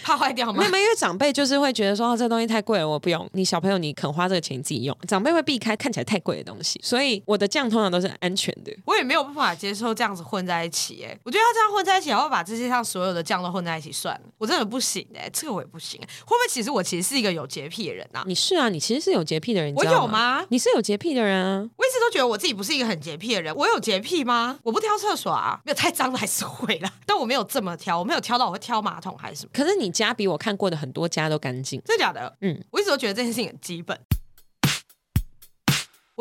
S3: 怕坏掉吗
S2: 没有，？没有因为长辈就是会觉得说，哦，这个东西太贵了，我不用。你小朋友你肯花这个钱你自己用，长辈会避开看起来太贵的东西，所以我的酱通常都是安全的。
S3: 我也没有办法接受这样子混在一起、哎，我觉得要这样混在一起，然后把这世界上所有的酱都混在一起算了，我真的不行哎、这个我也不行、哎会不会其实我其实是一个有洁癖的人啊？
S2: 你是啊，你其实是有洁癖的人，你
S3: 我
S2: 知道
S3: 有吗
S2: 你是有洁癖的人啊。
S3: 我一直都觉得我自己不是一个很洁癖的人，我有洁癖吗？我不挑厕所啊，没有太脏的还是会啦，但我没有这么挑，我没有挑到我会挑马桶还是什么，
S2: 可是你家比我看过的很多家都干净。
S3: 真的假的？
S2: 嗯，
S3: 我一直都觉得这件事情很基本。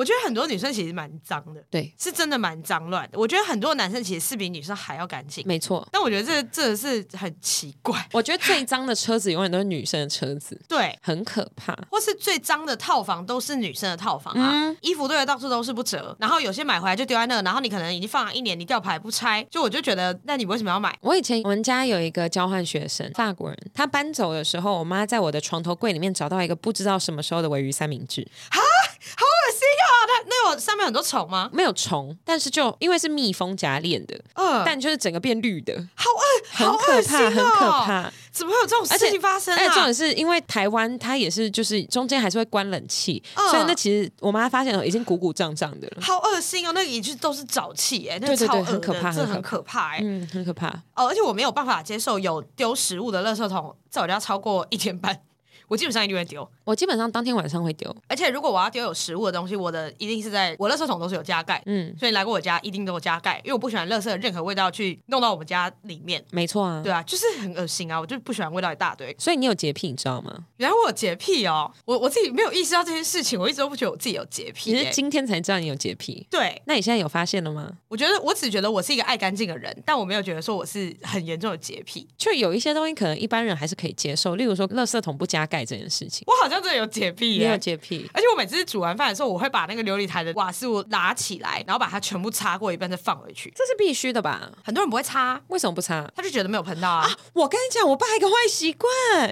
S3: 我觉得很多女生其实蛮脏的，
S2: 对，
S3: 是真的蛮脏乱的。我觉得很多男生其实是比女生还要干净，
S2: 没错。
S3: 但我觉得这这是很奇怪，
S2: 我觉得最脏的车子永远都是女生的车子，
S3: 对。
S2: 很可怕。
S3: 或是最脏的套房都是女生的套房啊，
S2: 嗯
S3: 衣服堆的到处都是不折，然后有些买回来就丢在那，然后你可能已经放了一年，你吊牌不拆，就我就觉得，那你为什么要买？
S2: 我以前我们家有一个交换学生，法国人，他搬走的时候，我妈在我的床头柜里面找到一个不知道什么时候的尾鱼三明治，
S3: 好恶心啊！它那有上面很多虫吗？
S2: 没有虫，但是就因为是密封夹链的，
S3: 嗯、
S2: 但就是整个变绿的，
S3: 好恶，
S2: 很
S3: 好
S2: 可
S3: 恶心
S2: 怕，
S3: 哦！
S2: 很可，怕。
S3: 怎么会有这种
S2: 而
S3: 事
S2: 且
S3: 情发生啊？
S2: 而且重点是因为台湾它也是就是中间还是会关冷气，
S3: 嗯
S2: 所以那其实我妈发现哦了已经鼓鼓胀胀的了，
S3: 好恶心哦！那个一句都是沼气，哎，那
S2: 对
S3: 个
S2: 对对
S3: 超恶的，
S2: 很可怕
S3: 这
S2: 很
S3: 很可怕，哎、
S2: 嗯，很可怕。
S3: 哦，而且我没有办法接受有丢食物的垃圾桶在我家超过一天半，我基本上一定会丢。
S2: 我基本上当天晚上会丢，
S3: 而且如果我要丢有食物的东西，我的一定是在我垃圾桶都是有加盖，
S2: 嗯，
S3: 所以来过我家一定都有加盖，因为我不喜欢垃圾的任何味道去弄到我们家里面。
S2: 没错啊。
S3: 对啊，就是很恶心啊！我就不喜欢味道一大堆。
S2: 所以你有洁癖，你知道吗？
S3: 原来我有洁癖哦，我我自己没有意识到这件事情，我一直都不觉得我自己有洁癖、
S2: 你
S3: 欸。
S2: 是今天才知道你有洁癖，
S3: 对，
S2: 那你现在有发现了吗？
S3: 我觉得我只觉得我是一个爱干净的人，但我没有觉得说我是很严重的洁癖。
S2: 就有一些东西可能一般人还是可以接受，例如说垃圾桶不加盖这件事情，
S3: 我好像真的有洁癖
S2: 你
S3: 耶、
S2: 有洁癖。
S3: 而且我每次煮完饭的时候，我会把那个琉璃台的瓦斯炉拿起来，然后把它全部擦过一遍再放回去。
S2: 这是必须的吧？
S3: 很多人不会擦，
S2: 为什么不擦？
S3: 他就觉得没有喷到啊。
S2: 我跟你讲，我爸一个坏习惯，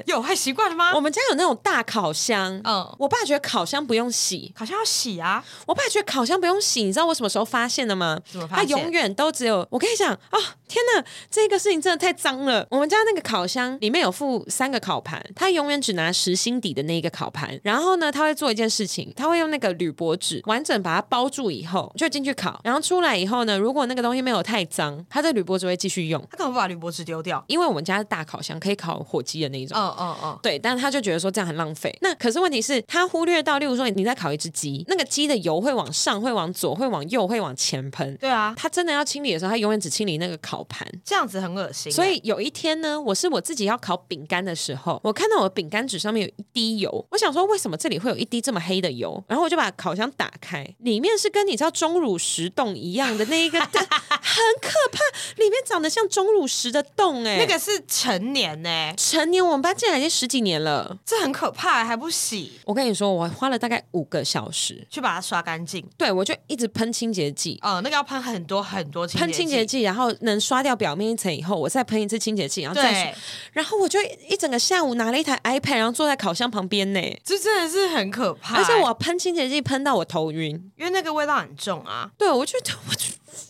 S3: 有坏习惯了吗
S2: 我？们家有那种大烤箱，
S3: 嗯
S2: 我爸觉得烤箱不用洗，
S3: 好像要洗啊，
S2: 我爸觉得烤箱不用洗，你知道我什么时候发现的吗？
S3: 怎么发
S2: 他
S3: 现
S2: 永远都只有我跟你讲啊、天哪，这个事情真的太脏了。我们家那个烤箱里面有附三个烤盘，他永远只拿实心底的那一个烤盘。然后呢，他会做一件事情，他会用那个铝箔纸完整把它包住以后，就进去烤。然后出来以后呢，如果那个东西没有太脏，他的铝箔纸会继续用，
S3: 他干嘛不把铝箔纸丢掉？
S2: 因为我们家是大烤箱，可以烤火鸡的那一种。
S3: 嗯嗯嗯，
S2: 对，但他就觉得说这样很浪费。那可是问题是，他忽略到，例如说你在烤一只鸡，那个鸡的油会往上，会往左，会往右，会往前喷。
S3: 对啊，
S2: 他真的要清理的时候，他永远只清理那个烤烤盘。
S3: 这样子很恶心欸。
S2: 所以有一天呢，我是我自己要烤饼干的时候，我看到我的饼干纸上面有一滴油，我想说为什么这里会有一滴这么黑的油？然后我就把烤箱打开，里面是跟你知道钟乳石洞一样的那一个 很可怕，里面长得像钟乳石的洞哎、
S3: 那个是成年呢、
S2: 成年我们班竟然已经十几年了。
S3: 这很可怕欸、还不洗，
S2: 我跟你说，我花了大概五个小时，
S3: 去把它刷干净。
S2: 对我就一直喷清洁剂，
S3: 哦，那个要喷很多很多清
S2: 喷清洁
S3: 剂，
S2: 剂，然后能刷掉表面一层以后，我再喷一次清洁剂，然后再刷
S3: 对，
S2: 然后我就一整个下午拿了一台 iPad，然后坐在烤箱旁边呢。
S3: 这真的是很可怕欸、
S2: 而且我喷清洁剂喷到我头晕，
S3: 因为那个味道很重啊，
S2: 对我觉得我就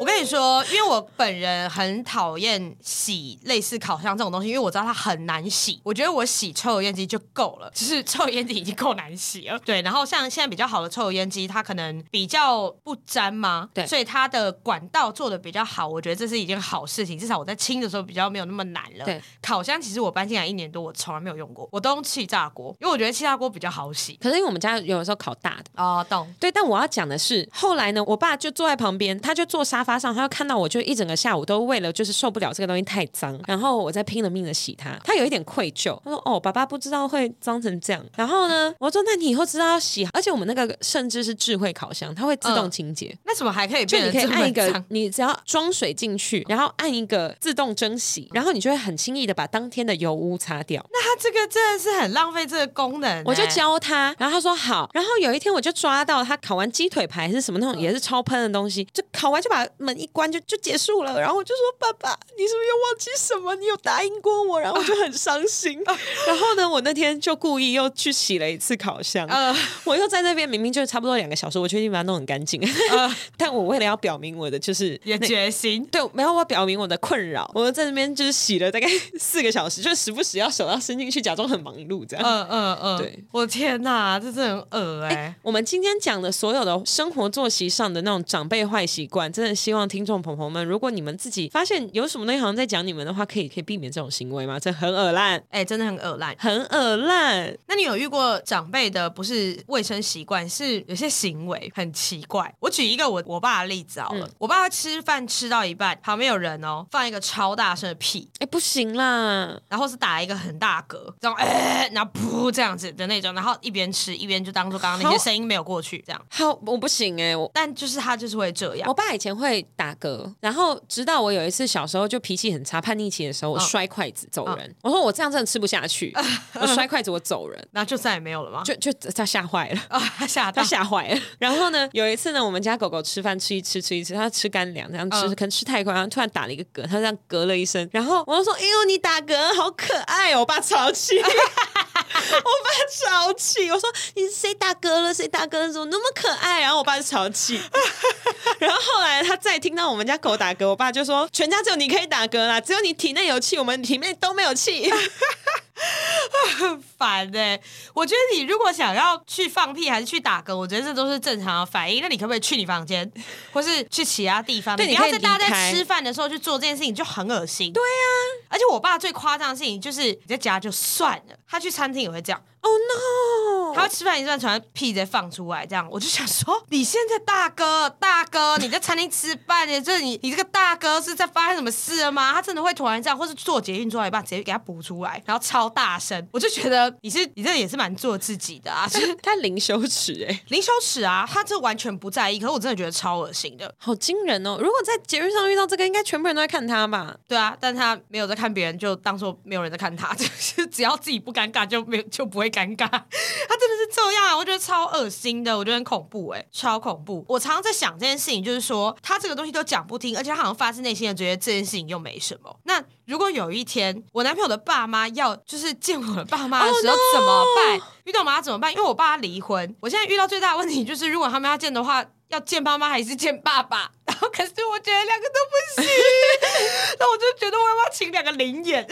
S3: 我跟你说，因为我本人很讨厌洗类似烤箱这种东西，因为我知道它很难洗。我觉得我洗抽油烟机就够了，就是抽油烟机已经够难洗 了。对，然后像现在比较好的抽油烟机，它可能比较不粘嘛，
S2: 对
S3: 所以它的管道做的比较好，我觉得这是一件好事情，至少我在清的时候比较没有那么难了。
S2: 对，
S3: 烤箱其实我搬进来一年多，我从来没有用过，我都用气炸锅，因为我觉得气炸锅比较好洗。
S2: 可是因为我们家有的时候烤大的。
S3: 哦，懂。
S2: 对，但我要讲的是，后来呢，我爸就坐在旁边，他就坐沙发上，他就看到我，就一整个下午都为了就是受不了这个东西太脏，然后我在拼了命的洗它，他有一点愧疚，他说：“哦，爸爸不知道会脏成这样。”然后呢，我说：“那你以后知道要洗，而且我们那个甚至是智慧烤箱，它会自动
S3: 嗯啊
S2: 清洁，
S3: 那怎么还可以
S2: 就
S3: 变
S2: 你
S3: 得
S2: 可以
S3: 这
S2: 按
S3: 么
S2: 一个
S3: 脏？，
S2: 你只要装水进去，然后按一个自动蒸洗，然后你就会很轻易的把当天的油污擦掉。
S3: 那它啊这个真的是很浪费这个功能欸、
S2: 我就教他，然后他说好，然后有一天我就抓到他烤完鸡腿排还是什么
S3: 嗯
S2: 那种也是超喷的东西，就烤完就把门一关就就结束了，然后我就说爸爸，你是不是又忘记什么？你有答应过我，然后我就很伤 心。然后呢，我那天就故意又去洗了一次烤箱，
S3: 呃，
S2: 我又在那边明明就差不多两个小时，我确定把它弄很干净， 但我为了要表明我的就是
S3: 呃也
S2: 那
S3: 决心。
S2: 对，没有我表明我的困扰，我在那边就是洗了大概四个小时，就时不时要手要伸进去，假装很忙碌这样。
S3: 嗯嗯嗯，
S2: 对，
S3: 我天哪，这真的很恶哎、
S2: 我们今天讲的所有的生活作息上的那种长辈坏习惯，真的希望听众朋友们，如果你们自己发现有什么东西好像在讲你们的话，可以可以避免这种行为吗？这很恶烂，
S3: 哎、真的很恶烂。
S2: 很恶烂。
S3: 那你有遇过长辈的不是卫生习惯，是有些行为很奇怪？我举一个我我爸的例子好了，我爸吃饭吃到一半，旁边有人哦放一个超大声的屁，
S2: 哎，不行啊啦，
S3: 然后是打一个很大嗝，这样哎、然后噗这样子的那种，然后一边吃一边就当做刚刚那些
S2: 好
S3: 声音没有过去这样。
S2: 好，我不行哎、我。
S3: 但就是他就是会这样
S2: 我，爸以前会打嗝，然后直到我有一次小时候就脾气很差、叛逆期的时候，我
S3: 嗯
S2: 摔筷子走人。我说我这样真的吃不下去，我摔筷子我走人，
S3: 然后就再也没有了吗？
S2: 就就他吓坏了。
S3: 啊， 他吓
S2: 他
S3: 到，
S2: 吓坏了。 然后呢，有一次呢，我们家狗狗吃饭吃一吃吃一吃，它吃干粮，然后吃、
S3: 嗯
S2: 可能吃太快，然后突然打了一个嗝，它这样嗝了一声，然后我就说：“哎呦，你打嗝好可爱哦！”我爸超气， 我爸超气，我说：“你谁打嗝了？谁打嗝了？怎么那么可爱？”然后我爸就超气。 然后后来他再听到我们家狗打嗝，我爸就说：“全家只有你可以打嗝啦，只有你体内有气，我们体内都没有气。
S3: 啊烦呢、我觉得你如果想要去放屁还是去打嗝，我觉得这都是正常的反应。那你可不可以去你房间，或是去其他地方？
S2: 对
S3: 你
S2: 你
S3: 不
S2: 可
S3: 要
S2: 以
S3: 在大
S2: 离
S3: 家在
S2: 开
S3: 吃饭的时候去做这件事情，就很恶心。对啊，而且我爸最夸张的事情就是你在家就算了，他去餐厅也会这样。”
S2: Oh no！
S3: 他吃饭一段传屁再放出来，这样我就想说，你现在大哥大哥，你在餐厅吃饭耶，就是你你这个大哥是在发生什么事了吗？他真的会突然这样，或是做捷运做到一半直接给他补出来，然后超大声，我就觉得你是你这也是蛮做自己的啊，就是
S2: 他零羞耻哎、
S3: 零羞耻啊，他这完全不在意，可是我真的觉得超恶心的，
S2: 好惊人哦！如果在节目上遇到这个，应该全部人都在看他吧？
S3: 对啊，但他没有在看别人，就当做没有人在看他， 就是只要自己不尴尬就没有就不会尴尬。 他真的是这样啊，我觉得超恶心的，我觉得很恐怖哎、超恐怖。我常常在想这件事情，就是说他这个东西都讲不听，而且他好像发自内心的觉得这件事情又没什么。那如果有一天我男朋友的爸妈要就是见我的爸妈的时候
S2: Oh,
S3: 怎么办遇到我妈怎么办？因为我爸离婚，我现在遇到最大的问题就是，如果他们要见的话，要见妈妈还是见爸爸？ 然后可是我觉得两个都不行。 那我就觉得我要不要请两个灵眼？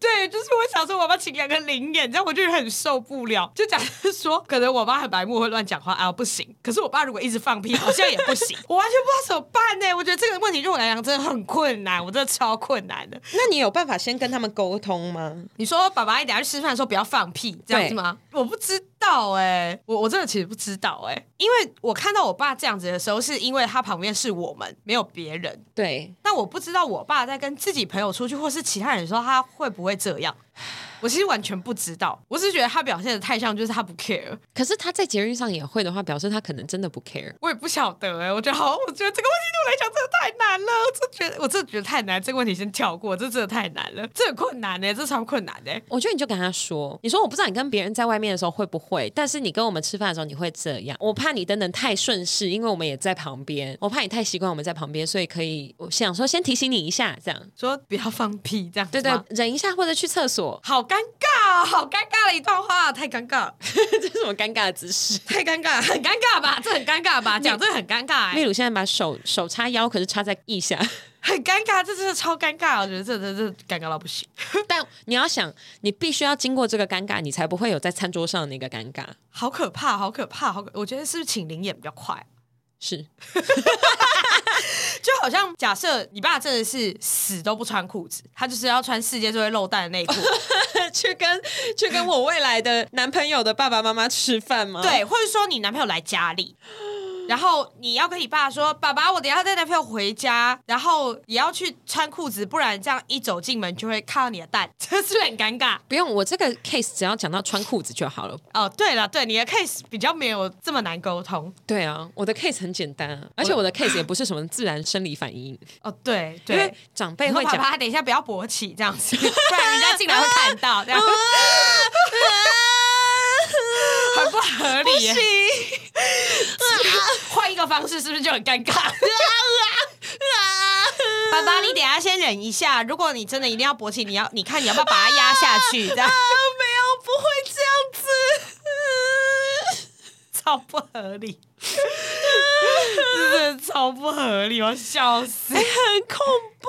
S3: 对，就是我想说我要不要请两个灵眼，这样我就很受不了。就假设说，可能我妈很白目会乱讲话啊，不行。可是我爸如果一直放屁，好像也不行。我完全不知道怎么办呢、我觉得这个问题对我来讲真的很困难，我真的超困难的。
S2: 那你有办法先跟他们沟通吗？
S3: 你说爸爸一等下去吃饭的时候不要放屁，这样子吗？我不知道哎、我我真的其实不知道哎、因为我看到我爸这样子的时候，是因为他旁边是我们，没有别人。
S2: 对，
S3: 但我不知道我爸在跟自己朋友出去或是其他人的时候，他会不会这样。我其实完全不知道，我是觉得他表现的太像，就是他不 care，
S2: 可是他在节日上也会的话，表示他可能真的不 care。
S3: 我也不晓得哎、我觉得好，我觉得这个问题对我来讲真的太难了，我真觉得我真的觉得太难，这个问题先跳过，这真的太难了，这很困难呢、欸这超困难呢、
S2: 我觉得你就跟他说，你说我不知道你跟别人在外面的时候会不会，但是你跟我们吃饭的时候你会这样。我怕你等等太顺势，因为我们也在旁边，我怕你太习惯我们在旁边，所以可以我想说先提醒你一下，这样
S3: 说不要放屁这样子
S2: 对对
S3: 吗，
S2: 忍一下或者去厕所，
S3: 好尴尬、哦，好尴尬的一段话，太尴尬了，
S2: 这是什么尴尬的姿势？
S3: 太尴尬了，很尴尬吧？这很尴尬吧？讲这个很尴尬、
S2: 秘
S3: 欸，
S2: 鲁现在把手手插腰，可是插在腋下。
S3: 很尴尬，这真的超尴尬，我觉得这这这尴尬到不行。
S2: 但你要想，你必须要经过这个尴尬，你才不会有在餐桌上的那个尴尬。
S3: 好可怕，好可怕，好可！我觉得是不是请灵眼比较快？
S2: 是，
S3: 就好像假设你爸真的是死都不穿裤子，他就是要穿世界最会露蛋的 内裤，
S2: 去跟去跟我未来的男朋友的爸爸妈妈吃饭吗？
S3: 对，或者说你男朋友来家里。然后你要跟你爸说，爸爸，我等一下带男朋友回家，然后也要去穿裤子，不然这样一走进门就会看到你的蛋，这是不是很尴 尬？
S2: 不用，我这个 case 只要讲到穿裤子就好了。
S3: 哦，对了，对你的 case 比较没有这么难沟通。
S2: 对啊，我的 case 很简单啊，而且我的 case 也不是什么自然生理反应，
S3: 哦，对
S2: 因为
S3: 对，
S2: 长
S3: 你
S2: 辈
S3: 说
S2: 会
S3: 爸
S2: 讲。
S3: 爸等一下不要勃起这样 子，不然人家进来会看到，这样很不合理耶。 换一个方式是不是就很尴尬？爸爸，你等一下先忍一下，如果你真的一定要勃起，你要你看你要不要把它压下 去？这样
S2: 没有，不会这样子。
S3: 超不合理，真的超不合理，我笑死。
S2: 很恐怖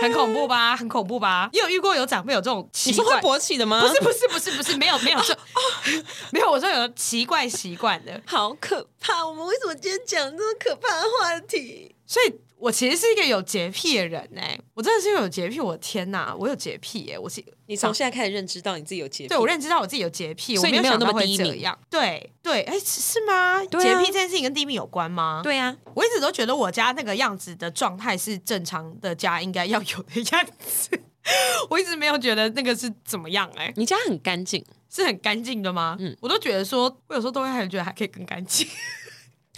S2: 哎、
S3: 很恐怖吧？很恐怖吧？你有遇过有长辈有这种奇
S2: 你是会勃
S3: 怪？
S2: 起的吗？
S3: 不是不是不是不是，没有没 有这没有，我说有奇怪习惯的，
S2: 好可怕！我们为什么今天讲这么可怕的话题？
S3: 所以我其实是一个有洁癖的人哎、我真的是一个有洁癖，我的天哪，我有洁癖哎、我是
S2: 你从现在开始认知到你自己有洁癖，
S3: 对我认知到我自己有洁癖，
S2: 所以你
S3: 我没
S2: 没有
S3: 想到
S2: 那么
S3: 会
S2: 低
S3: 这
S2: 迷
S3: 样，对对，哎、是是吗？洁、
S2: 对啊
S3: 癖这件事情跟低迷有关吗？，
S2: 对啊，
S3: 我一直都觉得我家那个样子的状态是正常的家应该要有的样子，我一直没有觉得那个是怎么样哎、
S2: 你家很干净，
S3: 是很干净的吗？嗯，我都觉得说，我有时候都会还觉得还可以更干净，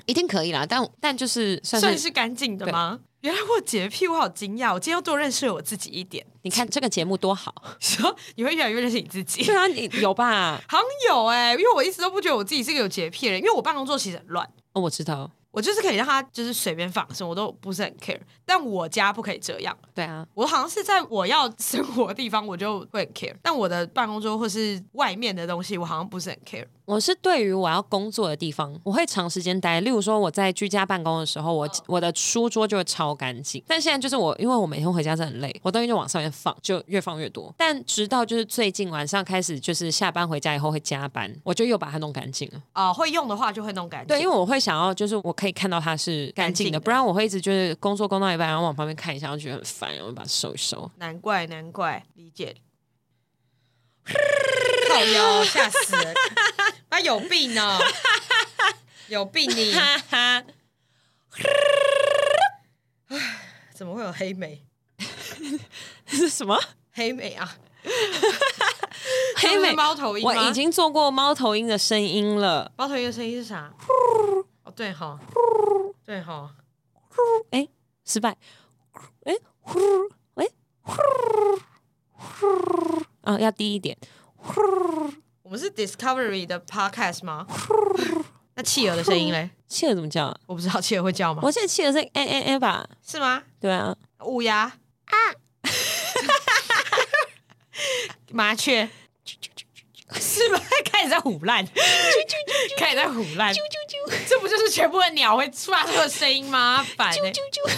S2: 一定可以啦。但但就是算是
S3: 算是干净的吗？原来我有洁癖，我好惊讶，我今天又多认识了我自己一点。
S2: 你看这个节目多好，
S3: 说你会越来越认识你自己
S2: 对，啊，你有吧？
S3: 好像有哎、因为我一直都不觉得我自己是个有洁癖的人，因为我办公桌其实很乱，
S2: 哦，我知道，
S3: 我就是可以让他就是随便放生，我都不是很 care。但我家不可以这样，
S2: 对啊，
S3: 我好像是在我要生活的地方，我就会很 care。但我的办公桌或是外面的东西，我好像不是很 care。
S2: 我是对于我要工作的地方，我会长时间待。例如说，我在居家办公的时候，我、我的书桌就会超干净。但现在就是我，因为我每天回家真的很累，我东西就往上面放，就越放越多。但直到就是最近晚上开始，就是下班回家以后会加班，我就又把它弄干净了。
S3: 啊、会用的话就会弄干净。
S2: 对，因为我会想要，就是我可以看到它是干净
S3: 干净的
S2: 的，不然我会一直就是工作工到一半，然后往旁边看一下，我觉得很烦，然后把它收一收。
S3: 难怪，难怪，理解。 靠腰，吓死人！妈有病哦，有病 你！
S2: 哈哈，
S3: 怎么会有黑莓？
S2: 这 是什么？
S3: 黑莓 啊，
S2: 黑
S3: 这不
S2: 美
S3: 是猫头鹰吗
S2: 我已经做过猫头鹰的声音了。
S3: 猫头鹰的声音是 啥？哦，对哈，对哈，
S2: 哎，失败。哎，呼，哎，呼，啊，要低一点。
S3: 我们是 Discovery 的 podcast 吗？ 那企鹅的声音嘞？
S2: 企鹅怎么叫啊？
S3: 我不知道企鹅会叫吗？
S2: 我记得企鹅是哎哎哎吧？
S3: 是吗？
S2: 对啊，
S3: 乌鸦啊， 麻雀。是吗？开始在胡乱，开始在胡乱，
S2: 啾啾
S3: 这不就是全部的鸟会发出的声音吗？烦、欸，
S2: 啾。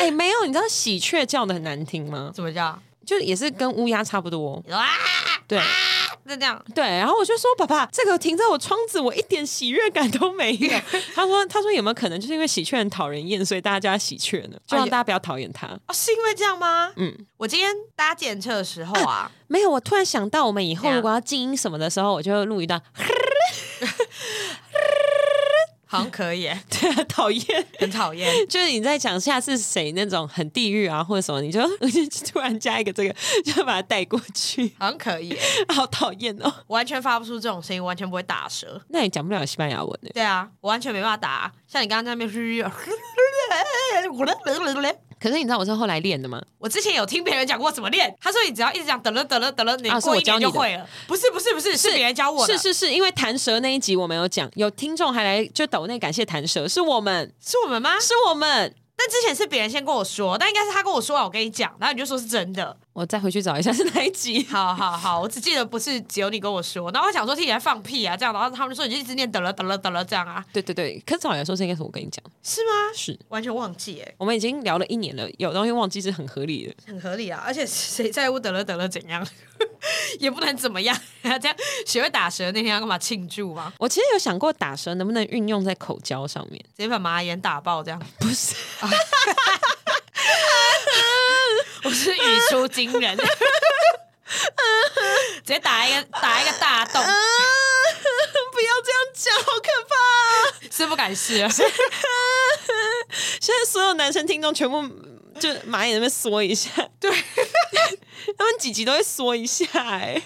S2: 哎，没有，你知道喜鹊叫的很难听吗？
S3: 怎么叫？
S2: 就也是跟乌鸦差不多。
S3: 啊，
S2: 对
S3: 那这样
S2: 对，然后我就说爸爸，这个停在我窗子，我一点喜悦感都没 有。他说他说有没有可能就是因为喜鹊很讨人厌，所以大家叫它喜鹊呢？
S3: 哎
S2: 就让大家不要讨厌它。
S3: 哦，是因为这样吗？
S2: 嗯，
S3: 我今天搭检测的时候啊，
S2: 没有，我突然想到，我们以
S3: 怎
S2: 后
S3: 样
S2: 如果要静音什么的时候，我就录一段。
S3: 好像可以耶，
S2: 对啊，讨厌。
S3: 很讨厌。
S2: 就是你在讲下次谁那种很地狱啊或者什么，你就 就突然加一个这个， 就把它带过去，
S3: 好像可以耶，
S2: 好讨厌哦。
S3: 完全发不出这种声音，完全不会打舌。
S2: 那也讲不了西班牙文呢、
S3: 对啊，我完全没办法打。像你刚刚在那边，
S2: 可是你知道我是后来练的吗？
S3: 我之前有听别人讲过怎么练，他说你只要一直讲得了得了得了，你
S2: 啊是
S3: 过
S2: 我
S3: 一
S2: 教
S3: 年
S2: 你
S3: 就
S2: 的
S3: 会了。不是不是不是，是别人教我的，
S2: 是是是，因为弹舌那一集我们有讲，有听众还来就抖内感谢弹舌，是我们，
S3: 是我们吗？
S2: 是我们。
S3: 但之前是别人先跟我说，但应该是他跟我说完，我跟你讲，然后你就说是真的。
S2: 我再回去找一下是哪一集。
S3: 好好好，我只记得不是只有你跟我说，然后我想说听起来放屁啊这样，然后他们就说你就一直念得了得了得了这样啊，
S2: 对对对，可是照理来说是应该是我跟你讲，
S3: 是吗？
S2: 是
S3: 完全忘记哎、
S2: 我们已经聊了一年了，有东西忘记是很合理的。
S3: 很合理啊，而且谁在乎得了得了怎样， 也不能怎么样，这样学会打舌那天要干嘛庆祝吗？
S2: 我其实有想过打舌能不能运用在口交上面，
S3: 直接把马眼打爆这样，
S2: 不是？
S3: 我是语出惊人，直接打一个打一个大 洞，
S2: 不要这样讲，好可怕、
S3: 是不敢 试 了。
S2: 现在所有男生听众全部嗯就马眼那边缩一下，对， 他们几集都会缩一下、哎，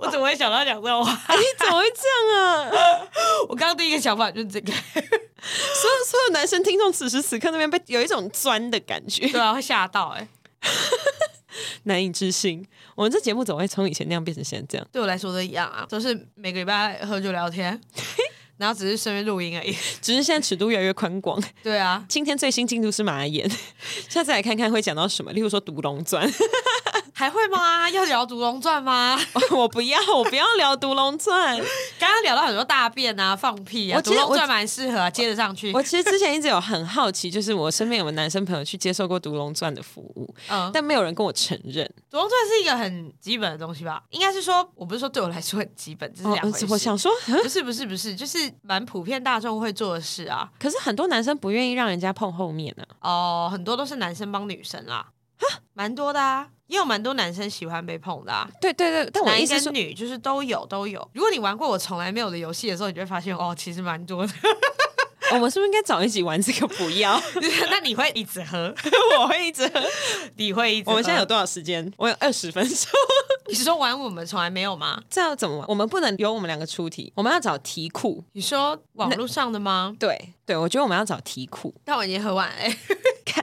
S3: 我怎么会想到讲这种话？
S2: 你怎么会这样啊？
S3: 我刚刚第一个想法就是这个，
S2: 所有所有男生听众此时此刻那边被有一种钻的感觉，
S3: 对啊，会吓到哎、
S2: 难以置信。我们这节目怎么会从以前那样变成现在这样？
S3: 对我来说都一样啊，都是每个礼拜喝酒聊 天，然后只是顺便录音而已。
S2: 只是现在尺度越来越宽广。
S3: 对啊，
S2: 今天最新进度是马眼， 下次来看看会讲到什么，例如说独龙钻。
S3: 还会吗？要聊《独龙传》吗？
S2: 我不要，我不要聊《独龙传》。
S3: 刚刚聊到很多大便啊、放屁啊，
S2: 我
S3: 《
S2: 其
S3: 独
S2: 实
S3: 龙
S2: 我
S3: 传》蛮适合啊，接着上去
S2: 我。其实之前一直有很好奇，就是我身边有男生朋友去接受过《独龙传》的服务，
S3: 嗯，但《
S2: 但没有人跟我承认。
S3: 独龙传》是一个很基本的东西吧？应该是说，我不是说对我来说很基本，这是两
S2: 嗯
S3: 回事。
S2: 我想说，嗯
S3: 不是不是不是，就是蛮普遍大众会做的事啊。
S2: 可是很多男生不愿意让人家碰后面啊。
S3: 哦、很多都是男生帮女生啦，蛮多的啊，也有蛮多男生喜欢被碰的啊。
S2: 对对对，但我的
S3: 男
S2: 意思是
S3: 跟，女就是都有都有。如果你玩过我从来没有的游戏的时候，你就会发现哦，其实蛮多的。
S2: 哦我们是不是应该早一起玩这个？不要，
S3: 那你会一直喝，
S2: 我会一直。
S3: 你会一直喝。
S2: 我们现在有多少时间？我有二十分钟。
S3: 你是说玩我们从来没有吗？
S2: 这要怎么玩？我们不能由我们两个出题，我们要找题库。
S3: 你说网络上的吗？
S2: 对对，我觉得我们要找题库。
S3: 但我已经喝完了、 欸，
S2: 看，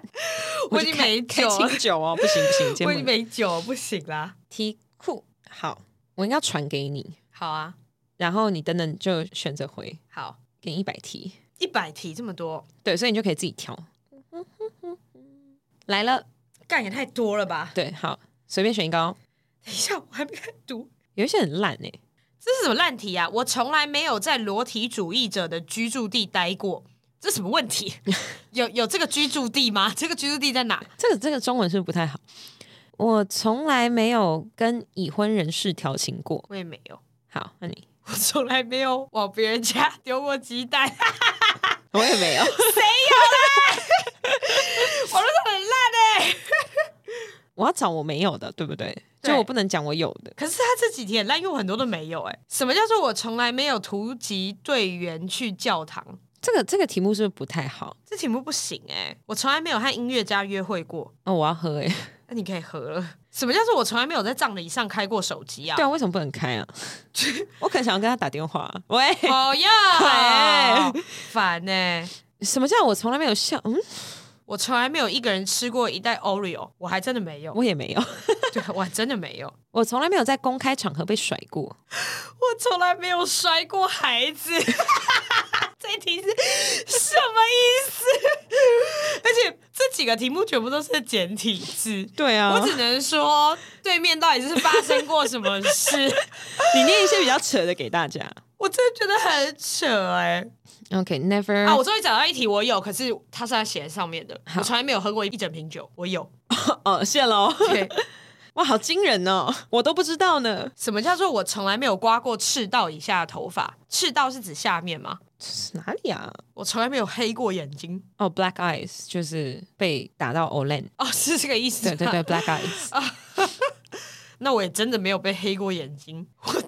S3: 我已
S2: 就
S3: 经
S2: 开
S3: 没
S2: 开
S3: 酒了
S2: 清酒哦，不行不行， 今天不
S3: 我已
S2: 能
S3: 经没酒，不行啦。
S2: 题库好，我应该要传给你，
S3: 好啊，
S2: 然后你等等就选择回，
S3: 好，
S2: 给你一百题，
S3: 一百题这么多，
S2: 对，所以你就可以自己挑。来了，
S3: 干也太多了吧？
S2: 对，好，随便选一个哦。
S3: 等一下，我还没开始读，
S2: 有一些很烂哎、
S3: 这是什么烂题啊？我从来没有在裸体主义者的居住地待过，这什么问 题？有有这个居住地吗？这个居住地在哪？
S2: 这个这个中文是不是不太好。我从来没有跟已婚人士调情过。
S3: 我也没有，
S2: 好，那你
S3: 我从来没有往别人家丢过鸡 蛋，
S2: 我也没有。
S3: 网络上很烂哎、
S2: 我要找我没有的，对不对？
S3: 对
S2: 就我不能讲我有的。
S3: 可是他这几天滥用很多都没有哎、什么叫做我从来没有突击队员去教堂？
S2: 这个这个题目是不是不太好？
S3: 这题目不行哎、我从来没有和音乐家约会过。
S2: 哦，我要喝哎、
S3: 那你可以合了。什么叫做我从来没有在葬礼上开过手机啊
S2: 对？啊，为什么不能开啊？ 我可能想要跟他打电话、啊喂，
S3: 讨厌，欸
S2: 对
S3: 烦欸呢、
S2: 什么叫我从来没有笑？嗯，
S3: 我从来没有一个人吃过一袋 Oreo，我还真的没有，
S2: 我也没有。
S3: 对我还真的没有， 我
S2: 我从来没有在公开场合被甩过。
S3: 从来没有摔过孩子。 这一题是什么意思？ 而且这几个题目全部都是简体字。哦
S2: 对啊
S3: 我只能说，对面到底是发生过什么事？
S2: 你念一些比较扯的给大家。
S3: 我真的觉得很扯哎、
S2: OK，never、
S3: 啊，我终于找到一题，我有，可是它是在写在上面的。
S2: 好
S3: 我从来没有喝过一整瓶酒，我有。
S2: 哦，谢喽。
S3: 对，
S2: 哇，好惊人哦，我都不知道呢。
S3: 什么叫做我从来没有刮过赤道以下的头发？赤道是指下面吗？
S2: 这是哪里啊？
S3: 我从来没有黑过眼睛。
S2: 哦、b l a c k eyes 就是被打到 Olen。
S3: 哦，是这个意思。啊
S2: 对对对。，black eyes。
S3: 那我也真的没有被黑过眼睛。我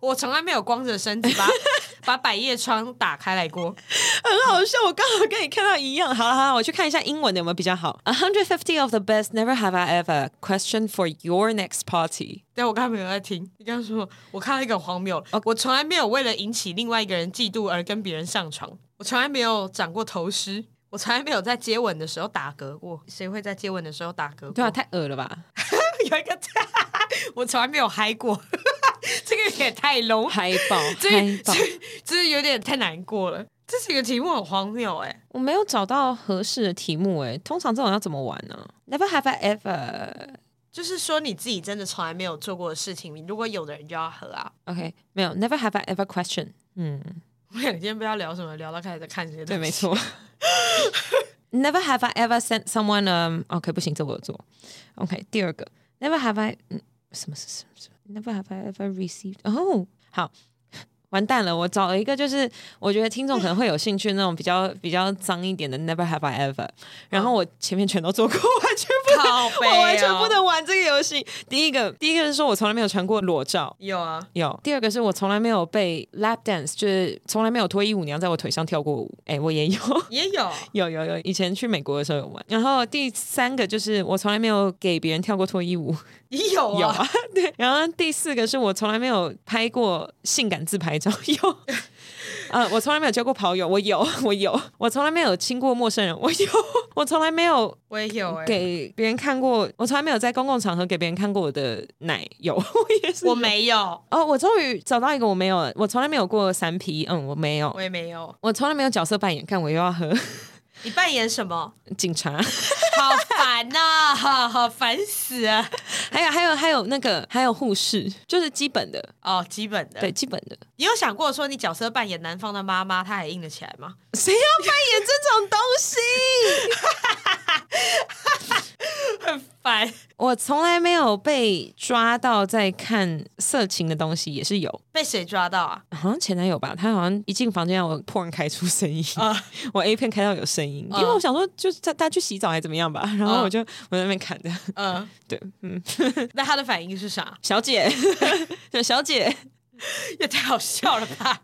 S3: 我从来没有光着 身子把把百叶窗打开来过。
S2: 很好笑，我刚好跟你看到一样。好了好了，我去看一下英文的有没有比较好。A hundred fifty of the best, never have I ever. Question for your next party.
S3: 对，我刚才没有在听，你刚刚说我看到一个很荒谬，
S2: 哦
S3: 我从来没有为了引起另外一个人嫉妒而跟别人上床，我从来没有长过头虱，我从来没有在接吻的时候打嗝过。谁会在接吻的时候打嗝过？
S2: 对啊，太恶了吧？
S3: 有一个，我从来没有嗨过， 这个也太 low，
S2: 嗨爆，
S3: 这
S2: 嗨
S3: 这
S2: 爆！
S3: 这有点太难过了。这几个题目很荒谬哎、
S2: 我没有找到合适的题目哎。通常这种要怎么玩呢、n e v e r have I ever.
S3: 就是说你自己真的从来没有做过的事情，你如果有的人就要喝啊。
S2: OK，没有，Never have I ever question。嗯，
S3: 我们俩今天不知道聊什么，聊到开始在看这些东西。
S2: 对，没错。Never have I ever sent someone um OK 不行，这我有做。OK，第二个，Never have I 嗯什么是什么什么？Never have I ever received 哦，好，完蛋了，我找了一个就是我觉得听众可能会有兴趣那种比较比较脏一点的 Never have I ever，然后我前面全都做过，完全不能，
S3: 靠背哦
S2: 我完全不能玩这个游戏。第一个，第一个是说我从来没有传过裸照，
S3: 有啊，
S2: 有。第二个是我从来没有被 lap dance，就是从来没有脱衣舞娘在我腿上跳过舞。哎，我也有，
S3: 也有。
S2: 有有有，以前去美国的时候有玩。然后第三个就是我从来没有给别人跳过脱衣舞，
S3: 也有
S2: 有
S3: 啊，
S2: 啊， 对。然后第四个是我从来没有拍过性感自拍照， 有。呃，我从来没有交过跑友，我有，我有，我从来没有亲过陌生人，我有，我从来没有
S3: 我也有 哎、
S2: 给别人看过，我从来没有在公共场合给别人看过我的奶油， 我也是有
S3: 我没有，
S2: 哦，我终于找到一个我没有了，我从来没有过三 P，嗯，我没有
S3: 我，也没有。
S2: 我从来没有角色扮演，看我又要和
S3: 你扮演什么？
S2: 警察，
S3: 好烦呐、 好烦死啊了。
S2: 还有还有还有那个还有护士，就是基本的，
S3: 哦，基本的。
S2: 对，基本的。
S3: 你有想过说你角色扮演男方的妈妈，她还硬得起来吗？
S2: 谁要扮演这种东 西？
S3: 很烦，
S2: 我从来没有被抓到在看色情的东西，也是有，
S3: 被谁抓到啊？
S2: 好像前男友吧，他好像一进房间让我突然开出声音，
S3: 啊
S2: 我 A 片开到有声音，因为
S3: 嗯
S2: 我想说就是他他去洗澡还怎么样吧，然后
S3: 嗯
S2: 我就我在那边看的，
S3: 嗯，
S2: 对，嗯，
S3: 那她的反应是啥？
S2: 小姐， 对小姐，
S3: 也太好笑了吧！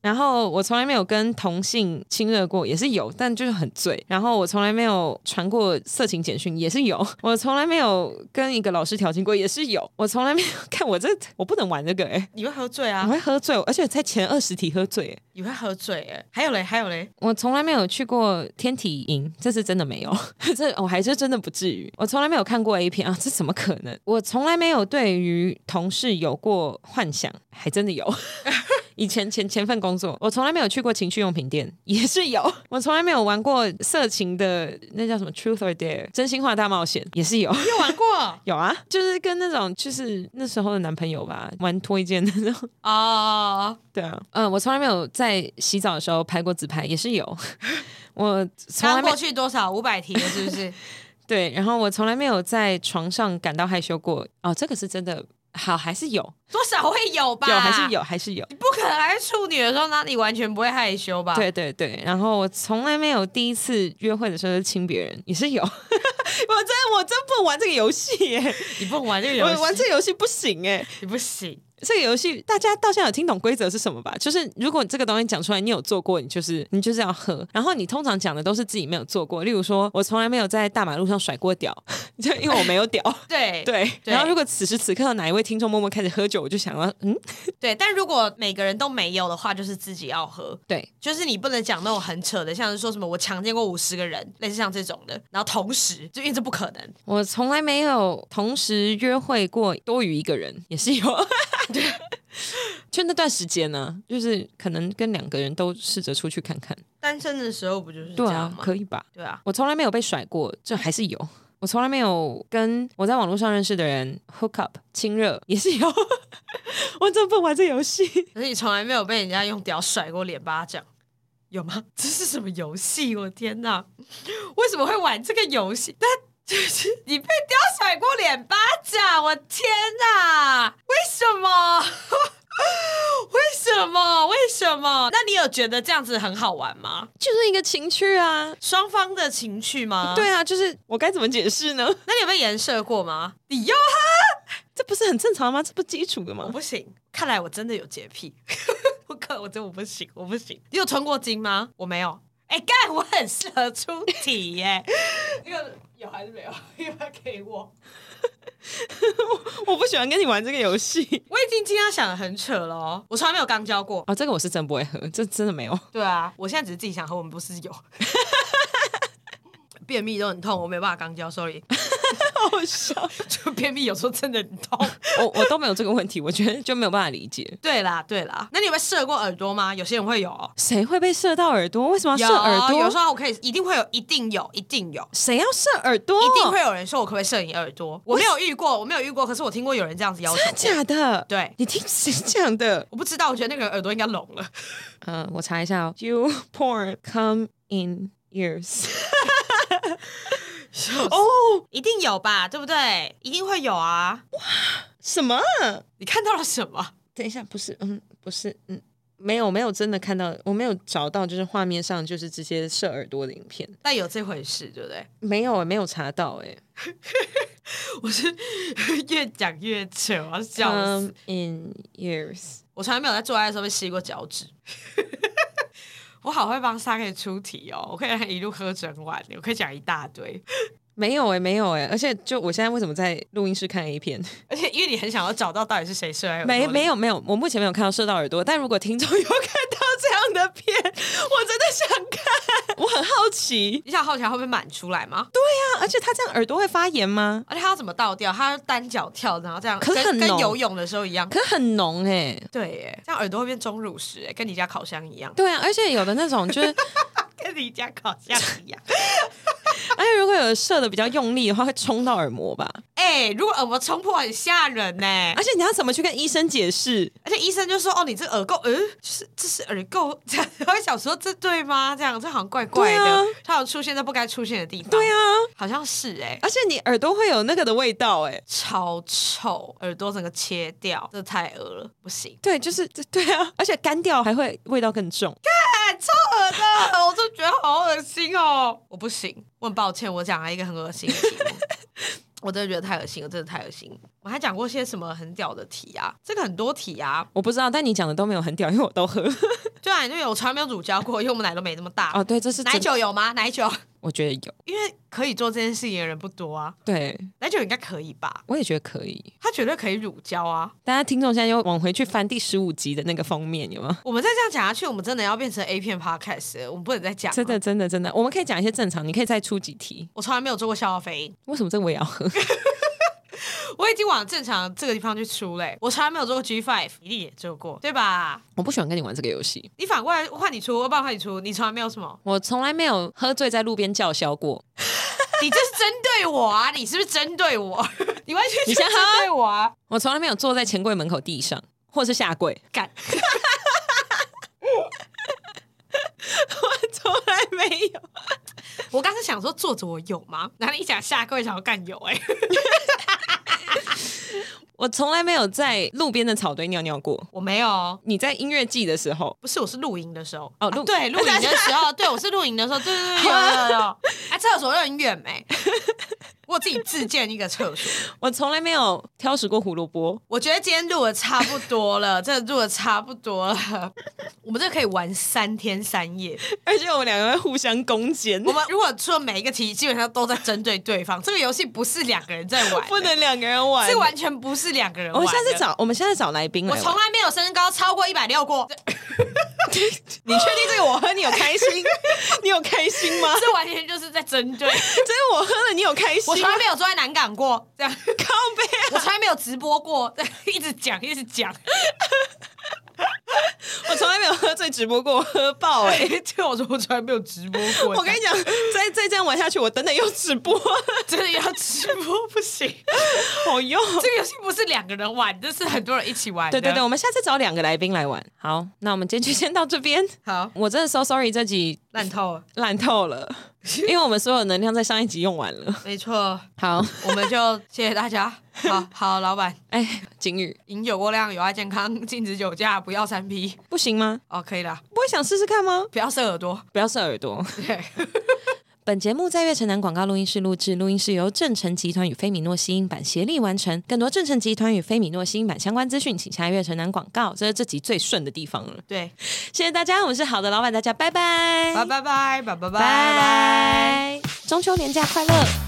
S2: 然后我从来没有跟同性亲热过，也是有，但就是很醉。然后我从来没有传过色情简讯，也是有。 我从来没有跟一个老师调情过，也是有。我从来没有 看我这我不能玩这个哎、
S3: 你会喝醉
S2: 欸，
S3: 啊
S2: 我，会喝醉，而且在前二十题喝醉、欸。
S3: 你会喝醉哎、还有嘞，还有嘞，
S2: 我从来没有去过天体营，这是真的没有， 这我还是真的不至于。我从来没有看过 A 片啊，这怎么可能？我从来没有对于同事有过幻想，还真的有。 以前前前份工作，我从来没有去过情趣用品店，也是有。我从来没有玩过色情的那叫什么 Truth or Dare 真心话大冒险，也是有。
S3: 你有玩 过
S2: 有啊，就是跟那种就是那时候的男朋友吧，玩推荐的那种。
S3: 哦，
S2: 对啊，嗯，我从来没有在洗澡的时候拍过自拍，也是有。我从来
S3: 刚
S2: 没
S3: 过去多少五百题了，是不是？
S2: 对，然后我从来没有在床上感到害羞过。哦，这个是真的，好还是有，
S3: 多少会有吧？
S2: 有还是。有，还是有。
S3: 你不可能还是处女的时候，那你完全不会害羞吧？
S2: 对，对对，然后我从来没有第一次约会的时候就亲别人，也是有。我 真我真不玩这个游戏耶，
S3: 你不能玩 这个游戏，
S2: 我玩这个游戏不行哎。
S3: 你不行。
S2: 这个游戏大家到现在有听懂规则是什么吧？就是如果你这个东西讲出来，你有做过，你就是你就是要喝。然后你通常讲的都是自己没有做过，例如说我从来没有在大马路上甩过屌， 就因为我没有屌。
S3: 对
S2: 对，
S3: 对
S2: 然后如果此时此刻有哪一位听众默默开始喝酒，我就想到，嗯，
S3: 对，但如果每个人都没有的话，就是自己要喝。
S2: 对，
S3: 就是你不能讲那种很扯的，像是说什么我强奸过五十个人，类似像这种的，然后同时，就因为这不可能，
S2: 我从来没有同时约会过多于一个人，也是 有。就那段时间呢、就是可能跟两个人都试着出去看看，
S3: 单身的时候不就是这
S2: 对
S3: 样
S2: 啊，
S3: 吗？
S2: 可以吧？
S3: 对啊，
S2: 我从来没有被甩过，这还是有。我从来没有跟我在网络上认识的人 hook up 亲热，也是有。 我真不玩这游戏，
S3: 可是你从来没有被人家用屌甩过脸巴掌，有吗？ 这是什么游戏？我天哪，为什么会玩这个游戏？那 就是你被屌甩过脸巴掌，我天哪，为什么？ 为什么？为什么？那你有觉得这样子很好玩吗？
S2: 就是一个情趣啊。
S3: 双方的情趣吗？
S2: 对，啊，就是我该怎么解释呢？
S3: 那你有被颜射过吗？你又哈？
S2: 这不是很正常吗？这不基础的
S3: 我
S2: 吗？
S3: 不行，看来我真的有洁癖。 我靠，我真我不行，我不行。你有存过金吗？我没有。哎、干，我很适合出题耶。 那个有还是没有？ 要不要给我？
S2: 我不喜欢跟你玩这个游戏。
S3: 我已经今天想的很扯了哦，我从来没有刚交过。
S2: 哦，这个我是真不会喝，这真的没有。
S3: 对啊，我现在只是自己想喝，我们不是有。 便秘都很痛，我没办法刚交，sorry。
S2: 好笑，
S3: 就便秘有时候真的很痛。
S2: 我我都没有这个问题，我觉得就没有办法理解，
S3: 对啦，对啦，那你有没有射过耳朵吗？有些人会有哦，
S2: 谁会被射到耳朵？为什么要
S3: 有
S2: 射耳
S3: 有时
S2: 朵？
S3: 候我可以，一定会有，一定有，一定有。
S2: 谁要射耳朵？
S3: 一定会有人说我可不可以射你耳朵？哦我没有遇过，我没有遇过，可是我听过有人这样子要求
S2: 真的
S3: 过。
S2: 啊假的？
S3: 对
S2: 你听谁讲的？
S3: 我不知道，我觉得那个人耳朵应该聋了。
S2: 嗯、我查一下哦。You porn come in ears
S3: 哦，一定有吧，对不对？一定会有啊！
S2: 什么？
S3: 你看到了什么？
S2: 等一下，不是，嗯，不是，嗯，没有，没有真的看到，我没有找到，就是画面上就是这些射耳朵的影片，
S3: 但有这回事，对不对？
S2: 没有，没有查到，哎
S3: 我是越讲越扯，我要笑死。
S2: ，come in ears，
S3: 我从来没有在做爱的时候被吸过脚趾。 我好会帮 s a k 出题哦，我可以让他一路喝整晚，我可以讲一大堆。
S2: 没有，哎，没有，哎，而且就我现在为什么在录音室看 A 片？
S3: 而且因为你很想要找到到底是谁射在耳朵
S2: 没
S3: 里
S2: 没有没有，我目前没有看到射到耳朵，但如果听众有看到这样的片，我真的想看，我很好奇。
S3: 你想好奇他会被满出来吗？
S2: 那而且他这样耳朵会发炎吗？
S3: 而且他要怎么倒掉？他要单脚跳，然后这样，
S2: 可是
S3: 跟
S2: 很
S3: 跟
S2: 浓
S3: 游泳的时候一样。
S2: 可很浓哎、
S3: 对耶，这样耳朵会变钟乳石耶，跟你家烤箱一样，
S2: 对啊，而且有的那种就是，
S3: 跟你家烤箱一样。
S2: 而哎且如果有射的比较用力的话，会冲到耳膜吧？
S3: 哎、如果耳膜冲破很吓人 呢，
S2: 而且你要怎么去跟医生解释？
S3: 而且医生就说：“哦，你这耳垢，嗯、就是这是耳垢。”这 样，他会想说这对吗？这样这好像怪怪
S2: 对啊
S3: 的，他、有出现在不该出现的地方。
S2: 对啊，，
S3: 好像是哎、
S2: 而且你耳朵会有那个的味道哎、
S3: 超臭，耳朵整个切掉，这太恶了，不行。
S2: 对，就是对啊，而且干掉还会味道更重。
S3: 哎恶的，我就觉得好恶心哦，我不行，我很抱歉，我讲了一个很恶心的题目。我真的觉得太恶心了，真的太恶心了。我还讲过些什么很屌的题啊？这个很多题啊，
S2: 我不知道，但你讲的都没有很屌，因为我都喝。
S3: 对啊，因为我从来没有乳胶过，因为我们奶都没那么大。
S2: 哦，对，这是真
S3: 奶，酒有吗？奶酒，
S2: 我觉得有。
S3: 因为可以做这件事情的人不多啊，
S2: 对，
S3: 奶酒应该可以吧？
S2: 我也觉得可以。
S3: 他绝对可以乳胶啊！
S2: 大家听众现在又往回去翻第十五集的那个封面，有没有？
S3: 我们再这样讲下去，我们真的要变成 A 片 podcast，了我们不能再讲了
S2: 真的，。真的，真的，我们可以讲一些正常，你可以再出几题。
S3: 我从来没有做过消化反应，
S2: 为什么这个我也要喝？
S3: 我已经往正常这个地方去出嘞、我从来没有做过 G five，一定也做过，对吧？
S2: 我不喜欢跟你玩这个游戏。，
S3: 你反过来换你出，我不然换你出，你从来没有什 么
S2: 我从来没有喝醉在路边叫嚣过。
S3: 你这是针对我啊！你是不是针对我？ 你完全
S2: 你
S3: 就是
S2: 先
S3: 针
S2: 喝
S3: 对我啊！
S2: 我从来没有坐在钱柜门口地上，或是下跪。
S3: 干，
S2: 我从来没有。
S3: 我刚刚想说坐着我有吗？哪里想下跪想要干有哎、
S2: 我从来没有在路边的草堆尿尿过。
S3: 我没有哦，
S2: 你在音乐季的时候，
S3: 不是，我是露营的时候
S2: 哦露
S3: 啊 对，露营的时候，对我是露营的时候，对对对，有有 有，啊，厕所又很远 没、我自己自建一个厕所。
S2: 我从来没有挑食过胡萝卜。
S3: 我觉得今天录的差不多了， 真的录的差不多了， 我们这可以玩三天三夜。
S2: 而且我们两个会互相攻坚，
S3: 我们如果出了每一个题，基本上都在针对对方。这个游戏不是两个人在玩的，
S2: 不能两个人玩。
S3: 这完全不是两个人
S2: 我
S3: 玩。
S2: 们下次。找，我们下次找来宾来
S3: 我
S2: 玩。
S3: 从来没有身高超过一百六过，这
S2: 你确定这个我喝你有开 心？你有开心吗？
S3: 这完全就是在针 对。
S2: 这个我喝了你有开心
S3: 我
S2: 吗？
S3: 从来没有坐在南港过，这样，
S2: 靠背啊！
S3: 我从来没有直播过， 这样一直讲一直讲，
S2: 我从来没有喝醉直播过，我喝爆 哎、
S3: 就我说我从来没有直播过。
S2: 我跟你讲，再再这样玩下去，我等等又直播，
S3: 真的要直播不行，
S2: 好用。
S3: 这个游戏不是两个人玩，这是很多人一起玩
S2: 对
S3: 的。
S2: 对对，我们下次找两个来宾来玩。好，那我们今天就先到这边。
S3: 好，
S2: 我真的 so sorry，这集
S3: 烂透了，
S2: 烂透了，因为我们所有能量在上一集用完了。
S3: 没错，
S2: 好，
S3: 我们就谢谢大家。好好，老板，
S2: 哎，景宇
S3: 饮酒过量有害健康，禁止酒驾，不要三 P。
S2: 不行吗？
S3: 哦，可以啦，
S2: 不会想试试看吗？
S3: 不要射耳朵。
S2: 不要射耳朵。
S3: 对，
S2: 本节目在月城南广告录音室录制，录音室由正成集团与菲米诺吸音版协力完成。更多正成集团与菲米诺吸音版相关资讯，请下月城南广告。这是这集最顺的地方了，
S3: 对，
S2: 谢谢大家，我们是好的老板，大家拜拜，
S3: 拜拜拜拜拜拜
S2: 拜，中秋连假快乐。